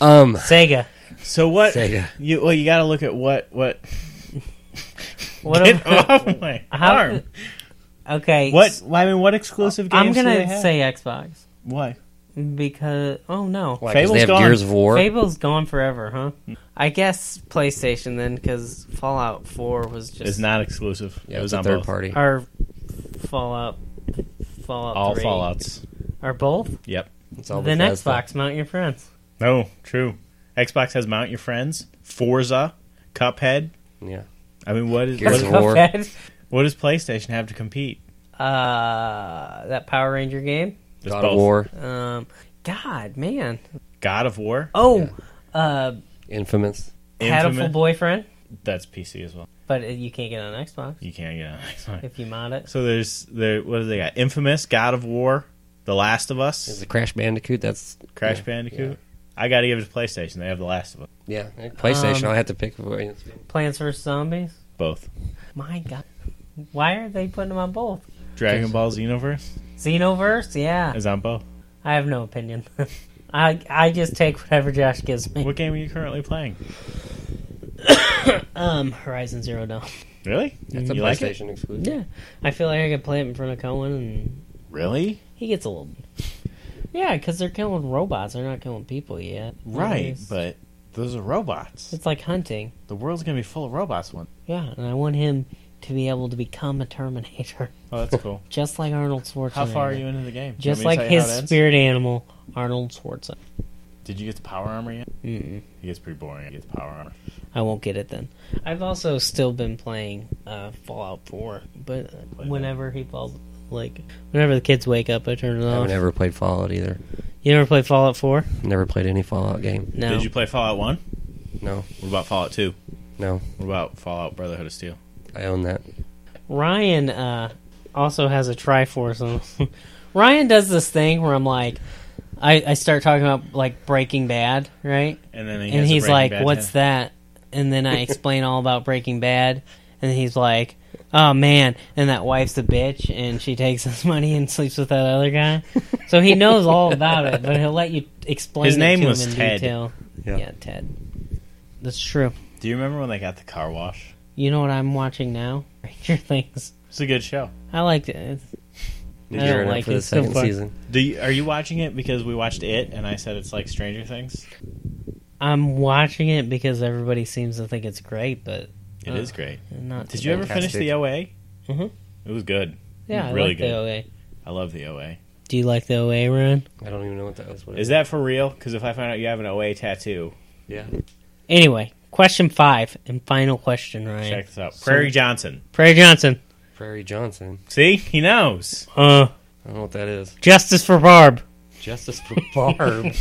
Speaker 3: uh,
Speaker 4: Um,
Speaker 2: Sega.
Speaker 3: so what
Speaker 4: Sega.
Speaker 3: you well you got to look at what what
Speaker 2: What?
Speaker 3: get
Speaker 2: am-
Speaker 3: off my
Speaker 2: How-
Speaker 3: arm.
Speaker 2: okay.
Speaker 3: What I mean what exclusive games
Speaker 2: I'm
Speaker 3: do
Speaker 2: gonna
Speaker 3: they have?
Speaker 2: say Xbox
Speaker 3: why?
Speaker 2: because oh no,
Speaker 4: why, 'cause
Speaker 3: Fable's
Speaker 4: they have
Speaker 3: gone.
Speaker 4: Gears of War.
Speaker 2: Fable's gone forever, huh? I guess PlayStation then, because Fallout 4 was just
Speaker 3: It's not exclusive.
Speaker 4: yeah,
Speaker 3: it
Speaker 4: it's
Speaker 3: was
Speaker 4: a
Speaker 3: on
Speaker 4: third
Speaker 3: both.
Speaker 4: party.
Speaker 2: our Fallout Fallout
Speaker 3: all
Speaker 2: 3.
Speaker 3: Fallout's.
Speaker 2: Are both?
Speaker 3: Yep.
Speaker 4: It's all
Speaker 2: then
Speaker 4: Bethesda.
Speaker 2: Xbox, mount your friends.
Speaker 3: No, true. Xbox has Mount Your Friends, Forza, Cuphead.
Speaker 4: Yeah.
Speaker 3: I mean, what is what, is
Speaker 4: Gears of War.
Speaker 2: Cuphead.
Speaker 3: what does PlayStation have to compete?
Speaker 2: Uh, that Power Ranger game.
Speaker 3: Just
Speaker 4: God of
Speaker 3: both.
Speaker 4: War,
Speaker 2: Um, God, man.
Speaker 3: God of War.
Speaker 2: Oh, uh,
Speaker 4: Infamous.
Speaker 2: Hatful
Speaker 3: Infamous-
Speaker 2: Boyfriend,
Speaker 3: That's PC as well.
Speaker 2: but it- you can't get it on Xbox
Speaker 3: You can't get on Xbox.
Speaker 2: if you mod it.
Speaker 3: So there's there. What do they got? Infamous, God of War, The Last of Us,
Speaker 4: Is it Crash Bandicoot? That's
Speaker 3: Crash
Speaker 4: yeah,
Speaker 3: Bandicoot. I got to give it to PlayStation. They have The Last of Us.
Speaker 4: Yeah, Yeah. PlayStation.
Speaker 2: Um,
Speaker 4: I'll have to pick. for it.
Speaker 2: Plants vs Zombies.
Speaker 3: Both.
Speaker 2: My God, why are they putting them on both?
Speaker 3: Dragon Ball Xenoverse
Speaker 2: Xenoverse, yeah.
Speaker 3: is on both.
Speaker 2: I have no opinion. I I just take whatever Josh gives me.
Speaker 3: What game are you currently playing?
Speaker 2: Um, Horizon Zero Dawn.
Speaker 3: Really?
Speaker 4: It's a
Speaker 3: you like it?
Speaker 4: PlayStation exclusive.
Speaker 2: Yeah, I feel like I could play it in front of Cohen, and
Speaker 3: Really?
Speaker 2: he gets a little. Yeah, because they're killing robots. They're not killing people yet.
Speaker 3: Right,
Speaker 2: It's-
Speaker 3: but those are robots.
Speaker 2: it's like hunting.
Speaker 3: The world's gonna be full of robots one.
Speaker 2: Yeah, and I want him to be able to become a Terminator,
Speaker 3: Oh, that's cool.
Speaker 2: just like Arnold Schwarzenegger.
Speaker 3: How far are you into the game? You
Speaker 2: Just
Speaker 3: want
Speaker 2: like
Speaker 3: me to tell you
Speaker 2: his
Speaker 3: how it ends?
Speaker 2: spirit animal, Arnold Schwarzenegger.
Speaker 3: Did you get the power armor yet?
Speaker 2: Mm-mm.
Speaker 3: It gets pretty boring. I get the power armor.
Speaker 2: I won't get it then. I've also still been playing uh, Fallout 4, but whenever he falls, like whenever the kids wake up, I turn it
Speaker 4: I've
Speaker 2: off.
Speaker 4: never played Fallout either.
Speaker 2: You never played Fallout 4?
Speaker 4: Never played any Fallout game.
Speaker 2: No.
Speaker 3: Did you play Fallout One?
Speaker 4: No,
Speaker 3: What about Fallout Two?
Speaker 4: no.
Speaker 3: What about Fallout Brotherhood of Steel?
Speaker 4: I own that.
Speaker 2: Ryan uh, also has a Triforce. On. Ryan does this thing where I'm like, I, I start talking about like Breaking Bad, right?
Speaker 3: And then he
Speaker 2: and he's like, "What's that?" And then I explain all about Breaking Bad, and he's like, "Oh man!" And that wife's a bitch, and she takes his money and sleeps with that other guy. So he knows all about it, but he'll let you explain.
Speaker 3: His
Speaker 2: it
Speaker 3: name
Speaker 2: to
Speaker 3: was
Speaker 2: him in
Speaker 3: Ted.
Speaker 2: Detail. Yeah. Ted. That's true.
Speaker 3: Do you remember when they got the car wash?
Speaker 2: You know what I'm watching now? Ranger Things.
Speaker 3: It's a good show.
Speaker 2: I liked it. It's-
Speaker 4: Did
Speaker 2: I
Speaker 4: you
Speaker 2: don't
Speaker 4: earn it
Speaker 2: like
Speaker 4: for
Speaker 2: it
Speaker 4: the
Speaker 2: so
Speaker 4: second
Speaker 2: far.
Speaker 4: season?
Speaker 3: Do you, are you watching it because we watched it and I said it's like Stranger Things?
Speaker 2: I'm watching it because everybody seems to think it's great, but
Speaker 3: It is
Speaker 2: Uh,
Speaker 3: great.
Speaker 2: not.
Speaker 3: Did you ever finish
Speaker 4: Fantastic.
Speaker 3: the OA?
Speaker 2: Mhm.
Speaker 3: It was good.
Speaker 2: Yeah, I
Speaker 3: really
Speaker 2: like
Speaker 3: good.
Speaker 2: the OA.
Speaker 3: I love the OA.
Speaker 2: Do you like the OA, Ryan?
Speaker 4: I don't even know what that was. What
Speaker 3: Is that for real? Because if I find out you have an OA tattoo,
Speaker 4: Yeah.
Speaker 2: Anyway, question five and final question, Ryan.
Speaker 3: check this out. Prairie Johnson.
Speaker 2: Prairie Johnson.
Speaker 4: Prairie Johnson.
Speaker 3: See, he knows.
Speaker 2: Uh,
Speaker 4: I don't know what that is.
Speaker 2: justice for Barb.
Speaker 4: Justice for Barb.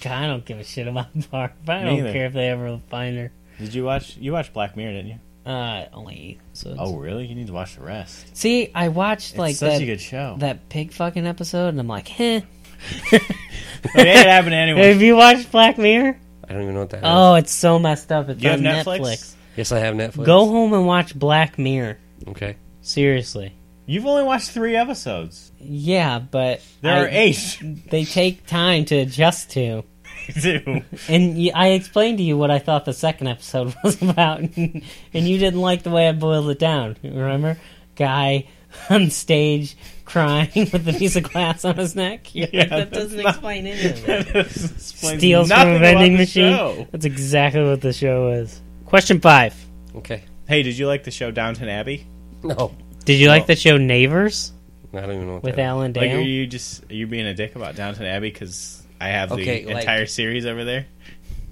Speaker 2: God, I don't give a shit about Barb. I
Speaker 3: Me
Speaker 2: don't
Speaker 3: either.
Speaker 2: care if they ever find her.
Speaker 3: Did you watch? You watched Black Mirror, didn't you?
Speaker 2: Uh, only eight. episodes.
Speaker 3: Oh, really? You need to watch the rest.
Speaker 2: See, I watched
Speaker 3: It's
Speaker 2: like
Speaker 3: such
Speaker 2: that,
Speaker 3: a good show.
Speaker 2: that pig fucking episode, and I'm like, eh.
Speaker 3: But it happened to anyone.
Speaker 2: Have you watched Black Mirror?
Speaker 4: I don't even know what that is.
Speaker 2: Oh, it's so messed up. It's
Speaker 3: You have
Speaker 2: on
Speaker 3: Netflix?
Speaker 4: Yes, I have Netflix.
Speaker 2: Go home and watch Black Mirror.
Speaker 4: Okay.
Speaker 2: Seriously.
Speaker 3: You've only watched three episodes.
Speaker 2: Yeah, but
Speaker 3: There
Speaker 2: I-
Speaker 3: are eight.
Speaker 2: They take time to adjust to.
Speaker 3: Two.
Speaker 2: And y- I explained to you what I thought the second episode was about, and you didn't like the way I boiled it down. Remember, guy on stage crying with a piece of glass on his neck. You're like,
Speaker 3: Yeah,
Speaker 2: that
Speaker 3: that's
Speaker 2: doesn't
Speaker 3: not-
Speaker 2: explain any of it.
Speaker 3: Steals
Speaker 2: Steals from a vending machine. That's exactly what the show is. Question five:
Speaker 4: Okay.
Speaker 3: Hey, did you like the show Downton Abbey?
Speaker 4: No.
Speaker 2: Did you like
Speaker 3: Oh.
Speaker 2: the show Neighbors
Speaker 4: I don't even know what
Speaker 2: with
Speaker 4: that
Speaker 2: Alan
Speaker 3: Like,
Speaker 2: Dale?
Speaker 3: are you just are you being a dick about Downton Abbey? Because I have
Speaker 4: Okay,
Speaker 3: the
Speaker 4: like-
Speaker 3: entire series over there.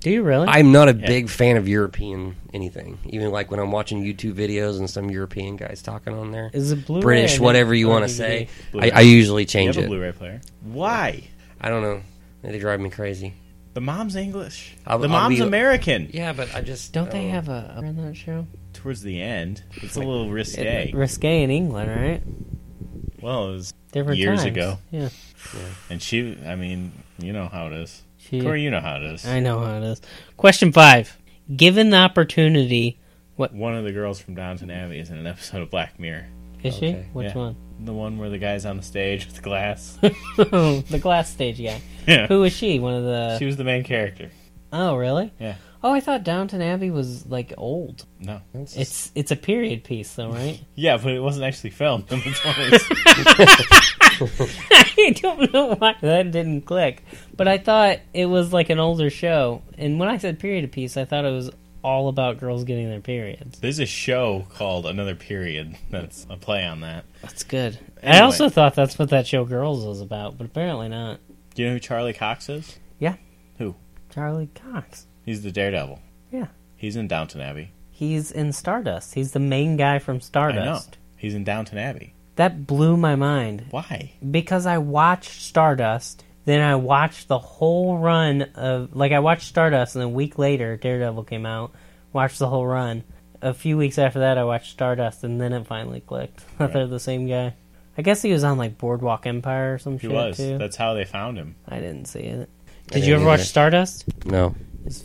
Speaker 2: Do you really?
Speaker 4: I'm not a big fan of European anything. Even like when I'm watching YouTube videos and some European guys talking on there.
Speaker 2: is it blue?
Speaker 4: British, whatever you want to say. I,
Speaker 3: Blu-ray.
Speaker 4: I usually
Speaker 3: You
Speaker 4: change
Speaker 3: have a
Speaker 4: it.
Speaker 3: Blu-ray player. Why?
Speaker 4: I don't know. They drive me crazy.
Speaker 3: The mom's English.
Speaker 4: I'll-
Speaker 3: the
Speaker 4: I'll
Speaker 3: mom's
Speaker 4: be-
Speaker 3: American.
Speaker 4: Yeah, but I just oh.
Speaker 2: Don't
Speaker 3: Oh.
Speaker 2: they have a on that show?
Speaker 3: Towards the end, it's a little risque.
Speaker 2: Risque in England, right?
Speaker 3: Well, it was,
Speaker 2: Different
Speaker 3: Years
Speaker 2: times.
Speaker 3: ago.
Speaker 2: Yeah.
Speaker 3: and she. I mean, you know how it is.
Speaker 2: She-
Speaker 3: Corey, you know how it is.
Speaker 2: I know how it is. Question five. Given the opportunity,
Speaker 3: One of the girls from Downton Abbey is in an episode of Black Mirror.
Speaker 2: is
Speaker 4: Okay.
Speaker 2: she? Which
Speaker 3: Yeah.
Speaker 2: one?
Speaker 3: The one where the guy's on the stage with the glass.
Speaker 2: the glass stage guy.
Speaker 3: yeah.
Speaker 2: Who is she? One of the.
Speaker 3: She was the main character.
Speaker 2: Oh, really?
Speaker 3: Yeah.
Speaker 2: Oh, I thought Downton Abbey was like old.
Speaker 3: No.
Speaker 2: It's it's a period piece, though, right?
Speaker 3: Yeah, but it wasn't actually filmed in the 20s.
Speaker 2: I don't know why that didn't click, but I thought it was like an older show. And when I said period piece, I thought it was all about girls getting their periods.
Speaker 3: There's a show called Another Period that's a play on that.
Speaker 2: That's good. I
Speaker 3: Anyway.
Speaker 2: also thought that's what that show Girls was about, but apparently not.
Speaker 3: Do you know who Charlie Cox is?
Speaker 2: Yeah.
Speaker 3: Who?
Speaker 2: Charlie Cox.
Speaker 3: He's the daredevil.
Speaker 2: Yeah.
Speaker 3: He's in Downton Abbey.
Speaker 2: He's in Stardust. He's the main guy from
Speaker 3: I know.
Speaker 2: Stardust.
Speaker 3: He's in Downton Abbey.
Speaker 2: That blew my mind.
Speaker 3: Why?
Speaker 2: because I watched Stardust, then I watched the whole run of like I watched Stardust, and then a week later Daredevil came out. Watched the whole run. A few weeks after that, I watched Stardust, and then it finally clicked that they're the same guy. I guess he was on like Boardwalk Empire or some
Speaker 3: He
Speaker 2: shit
Speaker 3: was.
Speaker 2: too.
Speaker 3: That's how they found him.
Speaker 2: I didn't see it. Did
Speaker 4: didn't
Speaker 2: you ever watch
Speaker 4: either.
Speaker 2: Stardust?
Speaker 4: No.
Speaker 2: It's,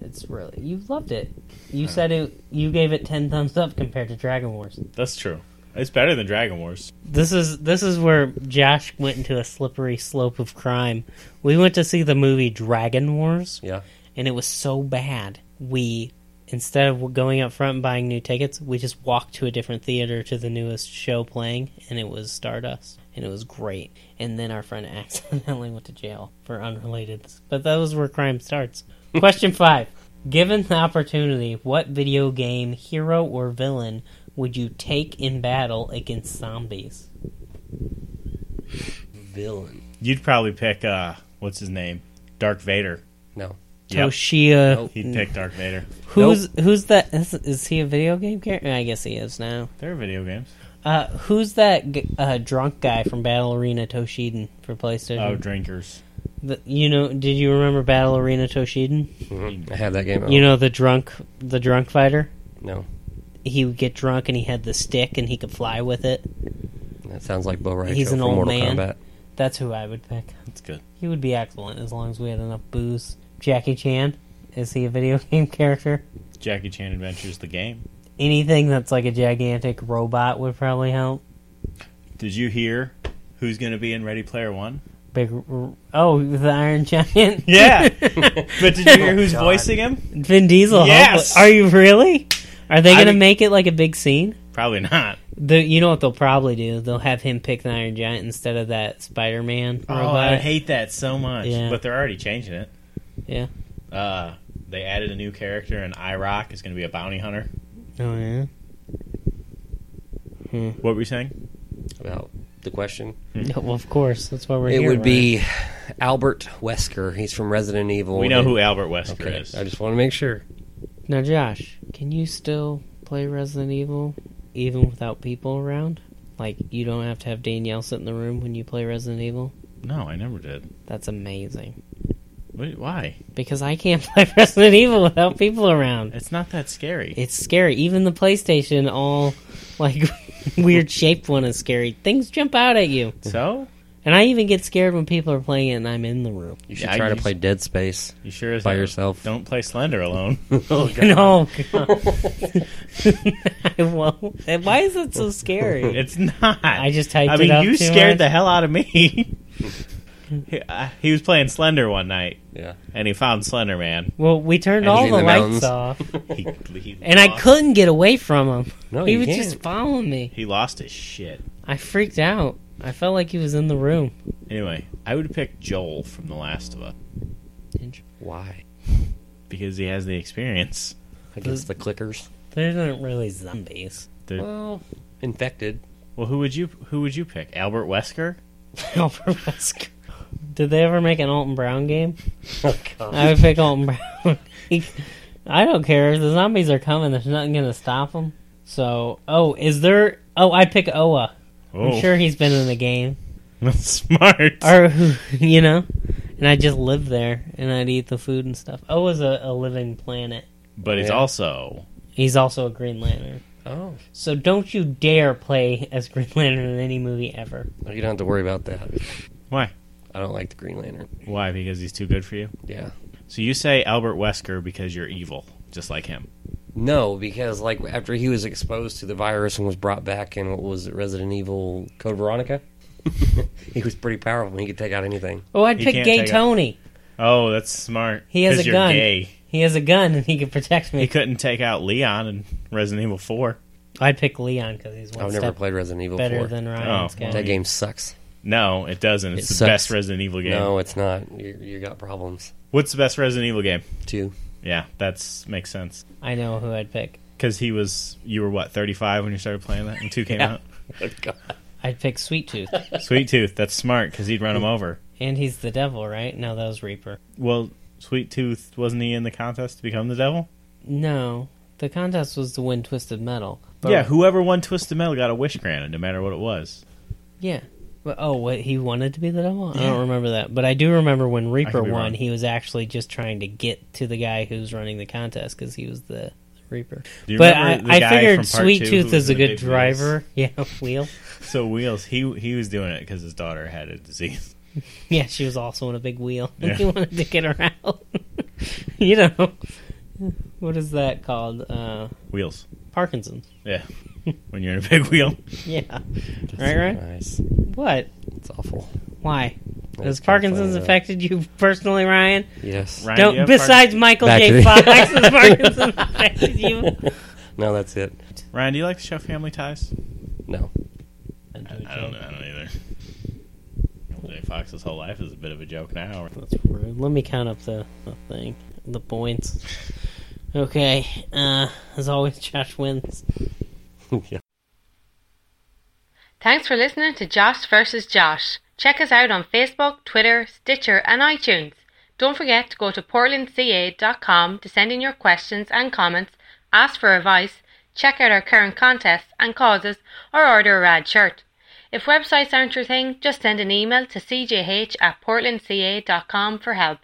Speaker 2: it's really you loved it. You said it. You gave it ten thumbs up compared to Dragon Wars.
Speaker 3: That's true. It's better than Dragon Wars.
Speaker 2: This is this is where Josh went into a slippery slope of crime. We went to see the movie Dragon Wars,
Speaker 4: Yeah.
Speaker 2: and it was so bad. We instead of going up front and buying new tickets, we just walked to a different theater to the newest show playing, and it was Stardust, and it was great. And then our friend accidentally went to jail for unrelated. But that was where crime starts. Question five: Given the opportunity, what video game hero or villain would you take in battle against zombies?
Speaker 4: Villain.
Speaker 3: You'd probably pick uh what's his name? Dark Vader.
Speaker 4: No.
Speaker 3: Yep.
Speaker 2: Toshia.
Speaker 4: Nope.
Speaker 3: He'd pick Dark Vader.
Speaker 2: Who's who's that? Is, is he a video game character? I guess he is now.
Speaker 3: There are video games.
Speaker 2: Uh, who's that g- uh, drunk guy from Battle Arena Toshiden for
Speaker 3: Oh,
Speaker 2: PlayStation?
Speaker 3: drinkers.
Speaker 2: The- you know, did you remember Battle Arena Toshiden?
Speaker 4: Mhm. I have that game.
Speaker 2: You know the drunk, the drunk fighter.
Speaker 4: No.
Speaker 2: He would get drunk and he had the stick and he could fly with it.
Speaker 4: That sounds like Bo Raicho
Speaker 2: He's an
Speaker 4: from
Speaker 2: old
Speaker 4: Mortal
Speaker 2: man.
Speaker 4: Kombat.
Speaker 2: That's who I would pick.
Speaker 3: That's good.
Speaker 2: He would be excellent as long as we had enough booze. Jackie Chan is he a video game character?
Speaker 3: Jackie Chan Adventures the game.
Speaker 2: Anything that's like a gigantic robot would probably help.
Speaker 3: Did you hear who's going to be in Ready Player One?
Speaker 2: Big r- oh, the Iron Giant.
Speaker 3: Yeah. but did you hear who's
Speaker 4: God.
Speaker 3: voicing him?
Speaker 2: Vin Diesel.
Speaker 3: Yes!
Speaker 2: hopefully- Are you really? Are they
Speaker 3: I
Speaker 2: going to
Speaker 3: mean-
Speaker 2: make it like a big scene?
Speaker 3: Probably not.
Speaker 2: The, you know what they'll probably do? They'll have him pick the Iron Giant instead of that Spider Man
Speaker 3: Oh,
Speaker 2: robot.
Speaker 3: I hate that so much.
Speaker 2: Yeah.
Speaker 3: But they're already changing it.
Speaker 2: yeah.
Speaker 3: Uh, they added a new character, and IROC is going to be a bounty hunter.
Speaker 2: Oh yeah.
Speaker 3: What were you saying?
Speaker 4: About the question.
Speaker 2: No, well, of course. That's why we're
Speaker 4: It
Speaker 2: here.
Speaker 4: would
Speaker 2: right?
Speaker 4: be Albert Wesker. He's from Resident Evil.
Speaker 3: We know who Albert Wesker
Speaker 4: Okay.
Speaker 3: is.
Speaker 4: I just want to make sure.
Speaker 2: now, Josh. Can you still play Resident Evil even without people around? Like you don't have to have Danielle sit in the room when you play Resident Evil.
Speaker 3: No, I never did.
Speaker 2: That's amazing
Speaker 3: Wait, why?
Speaker 2: because I can't play Resident Evil without people around.
Speaker 3: It's not that scary.
Speaker 2: It's scary. Even the PlayStation, all like weird shaped one, is scary. Things jump out at you,
Speaker 3: so
Speaker 2: and I even get scared when people are playing it and I'm in the room.
Speaker 4: You should
Speaker 3: Yeah,
Speaker 4: try
Speaker 3: I
Speaker 4: to
Speaker 3: used-
Speaker 4: play Dead Space.
Speaker 3: you sure as
Speaker 4: By
Speaker 3: hell
Speaker 4: yourself.
Speaker 3: Don't play Slender alone.
Speaker 4: oh,
Speaker 2: No, I won't. And Why is it so scary?
Speaker 3: it's not.
Speaker 2: I just typed
Speaker 3: I mean,
Speaker 2: it up
Speaker 3: you
Speaker 2: too
Speaker 3: scared
Speaker 2: much.
Speaker 3: the hell out of me. he, uh, he was playing Slender one night,
Speaker 4: Yeah.
Speaker 3: and he found Slender Man.
Speaker 2: Well, we turned all
Speaker 4: in
Speaker 2: the,
Speaker 4: the
Speaker 2: lights
Speaker 4: mountains.
Speaker 2: off,
Speaker 3: He, he
Speaker 2: and I
Speaker 3: lost-
Speaker 2: couldn't get away from him.
Speaker 4: No,
Speaker 2: he
Speaker 4: you
Speaker 2: was
Speaker 4: can't.
Speaker 2: just following me.
Speaker 3: He lost his shit.
Speaker 2: I freaked out. I felt like he was in the room.
Speaker 3: Anyway, I would pick Joel from The Last of Us
Speaker 4: Why?
Speaker 3: because he has the experience.
Speaker 4: Against the clickers.
Speaker 2: Those aren't really zombies.
Speaker 3: The-
Speaker 4: Well, infected.
Speaker 3: Well, who would you who would you pick? Albert Wesker?
Speaker 2: Albert Wesker. Did they ever make an Alton Brown game?
Speaker 4: Oh, God.
Speaker 2: I would pick Alton Brown. I don't care. The zombies are coming. There's nothing going to stop them. So, oh, is there? Oh, I pick Oa.
Speaker 3: Oh,
Speaker 2: I'm sure he's been in the game,
Speaker 3: that's smart.
Speaker 2: or you know, and I just live there and I'd eat the food and stuff. Oa's a, a living planet.
Speaker 3: But he's
Speaker 4: Yeah.
Speaker 3: also
Speaker 2: He's also a Green Lantern.
Speaker 4: Oh.
Speaker 2: So don't you dare play as Green Lantern in any movie ever.
Speaker 4: Well, You don't have to worry about that.
Speaker 3: why?
Speaker 4: I don't like the Green Lantern.
Speaker 3: Why? Because he's too good for you.
Speaker 4: Yeah.
Speaker 3: So you say Albert Wesker because you're evil, just like him.
Speaker 4: No, because like after he was exposed to the virus and was brought back in what was it, Resident Evil Code Veronica, he was pretty powerful. and He could take out anything.
Speaker 2: Oh, I'd
Speaker 3: You
Speaker 2: pick
Speaker 3: can't
Speaker 2: Gay
Speaker 3: take it.
Speaker 2: Tony.
Speaker 3: Oh, that's smart.
Speaker 2: He has
Speaker 3: 'Cause
Speaker 2: a
Speaker 3: you're
Speaker 2: gun.
Speaker 3: Gay.
Speaker 2: He has a gun and he can protect
Speaker 3: He
Speaker 2: me.
Speaker 3: couldn't take out Leon in Resident Evil Four.
Speaker 2: I'd pick Leon because he's one
Speaker 4: I've never
Speaker 2: step
Speaker 4: played Resident Evil
Speaker 2: better
Speaker 4: before.
Speaker 2: than Ryan's
Speaker 3: Oh,
Speaker 2: guy.
Speaker 4: that game sucks.
Speaker 3: No, it doesn't. It's
Speaker 4: It
Speaker 3: the
Speaker 4: sucks.
Speaker 3: best Resident Evil game.
Speaker 4: No, it's not. You, you got problems
Speaker 3: What's the best Resident Evil game?
Speaker 4: too.
Speaker 3: Yeah, that's makes sense.
Speaker 2: I know who I'd pick.
Speaker 3: Because he was, you were what, 35 when you started playing that, and two came
Speaker 4: Yeah.
Speaker 3: out.
Speaker 2: I'd pick Sweet Tooth,
Speaker 3: Sweet Tooth, that's smart because he'd run him over.
Speaker 2: and he's the devil, right? No, that was Reaper.
Speaker 3: Well, Sweet Tooth wasn't he in the contest to become the devil?
Speaker 2: No, the contest was to win Twisted Metal. But-
Speaker 3: Yeah, whoever won Twisted Metal got a wish granted, no matter what it was.
Speaker 2: Yeah. But, oh, what he wanted to be the devil? I don't remember that, but I do remember when Reaper
Speaker 3: be
Speaker 2: won,
Speaker 3: wrong.
Speaker 2: he was actually just trying to get to the guy who's running the contest because he was the Reaper.
Speaker 3: Do you
Speaker 2: But I,
Speaker 3: remember the
Speaker 2: I
Speaker 3: guy
Speaker 2: figured
Speaker 3: from part
Speaker 2: Sweet
Speaker 3: two who
Speaker 2: Tooth
Speaker 3: was
Speaker 2: is a
Speaker 3: in the
Speaker 2: good
Speaker 3: big wheels?
Speaker 2: driver. Yeah, wheel.
Speaker 3: So Wheels, he he was doing it because his daughter had a disease.
Speaker 2: Yeah, she was also in a big wheel.
Speaker 3: Yeah.
Speaker 2: he wanted to get her out. you know, what is that called? Uh,
Speaker 3: Wheels,
Speaker 2: Parkinson's.
Speaker 3: yeah. when you're in a big wheel,
Speaker 2: Yeah. Right, right?
Speaker 4: Nice.
Speaker 2: What?
Speaker 4: It's awful.
Speaker 2: Why? Has
Speaker 4: it's kinda funny,
Speaker 2: Parkinson's
Speaker 4: though.
Speaker 2: affected you personally, Ryan?
Speaker 4: Yes.
Speaker 3: Ryan, do you
Speaker 2: Don't,
Speaker 3: uh, have
Speaker 2: besides Michael
Speaker 4: Back to
Speaker 2: J.
Speaker 4: the-
Speaker 2: Fox, has Parkinson's affected you?
Speaker 4: No, that's it.
Speaker 3: Park- Ryan, do you like the show Family Ties?
Speaker 4: No.
Speaker 3: I don't know. I don't either. Jay Fox's whole life is a bit of a joke now.
Speaker 2: That's rude. Let me count up the, the thing, the points. Okay. Uh, as always, Josh wins.
Speaker 4: yeah.
Speaker 5: Thanks for listening to Josh vs. Josh. Check us out on Facebook, Twitter, Stitcher, and iTunes. Don't forget to go to portlandca.com to send in your questions and comments, ask for advice, check out our current contests and causes, or order a rad shirt. If websites aren't your thing, just send an email to cjh at portlandca.com for help.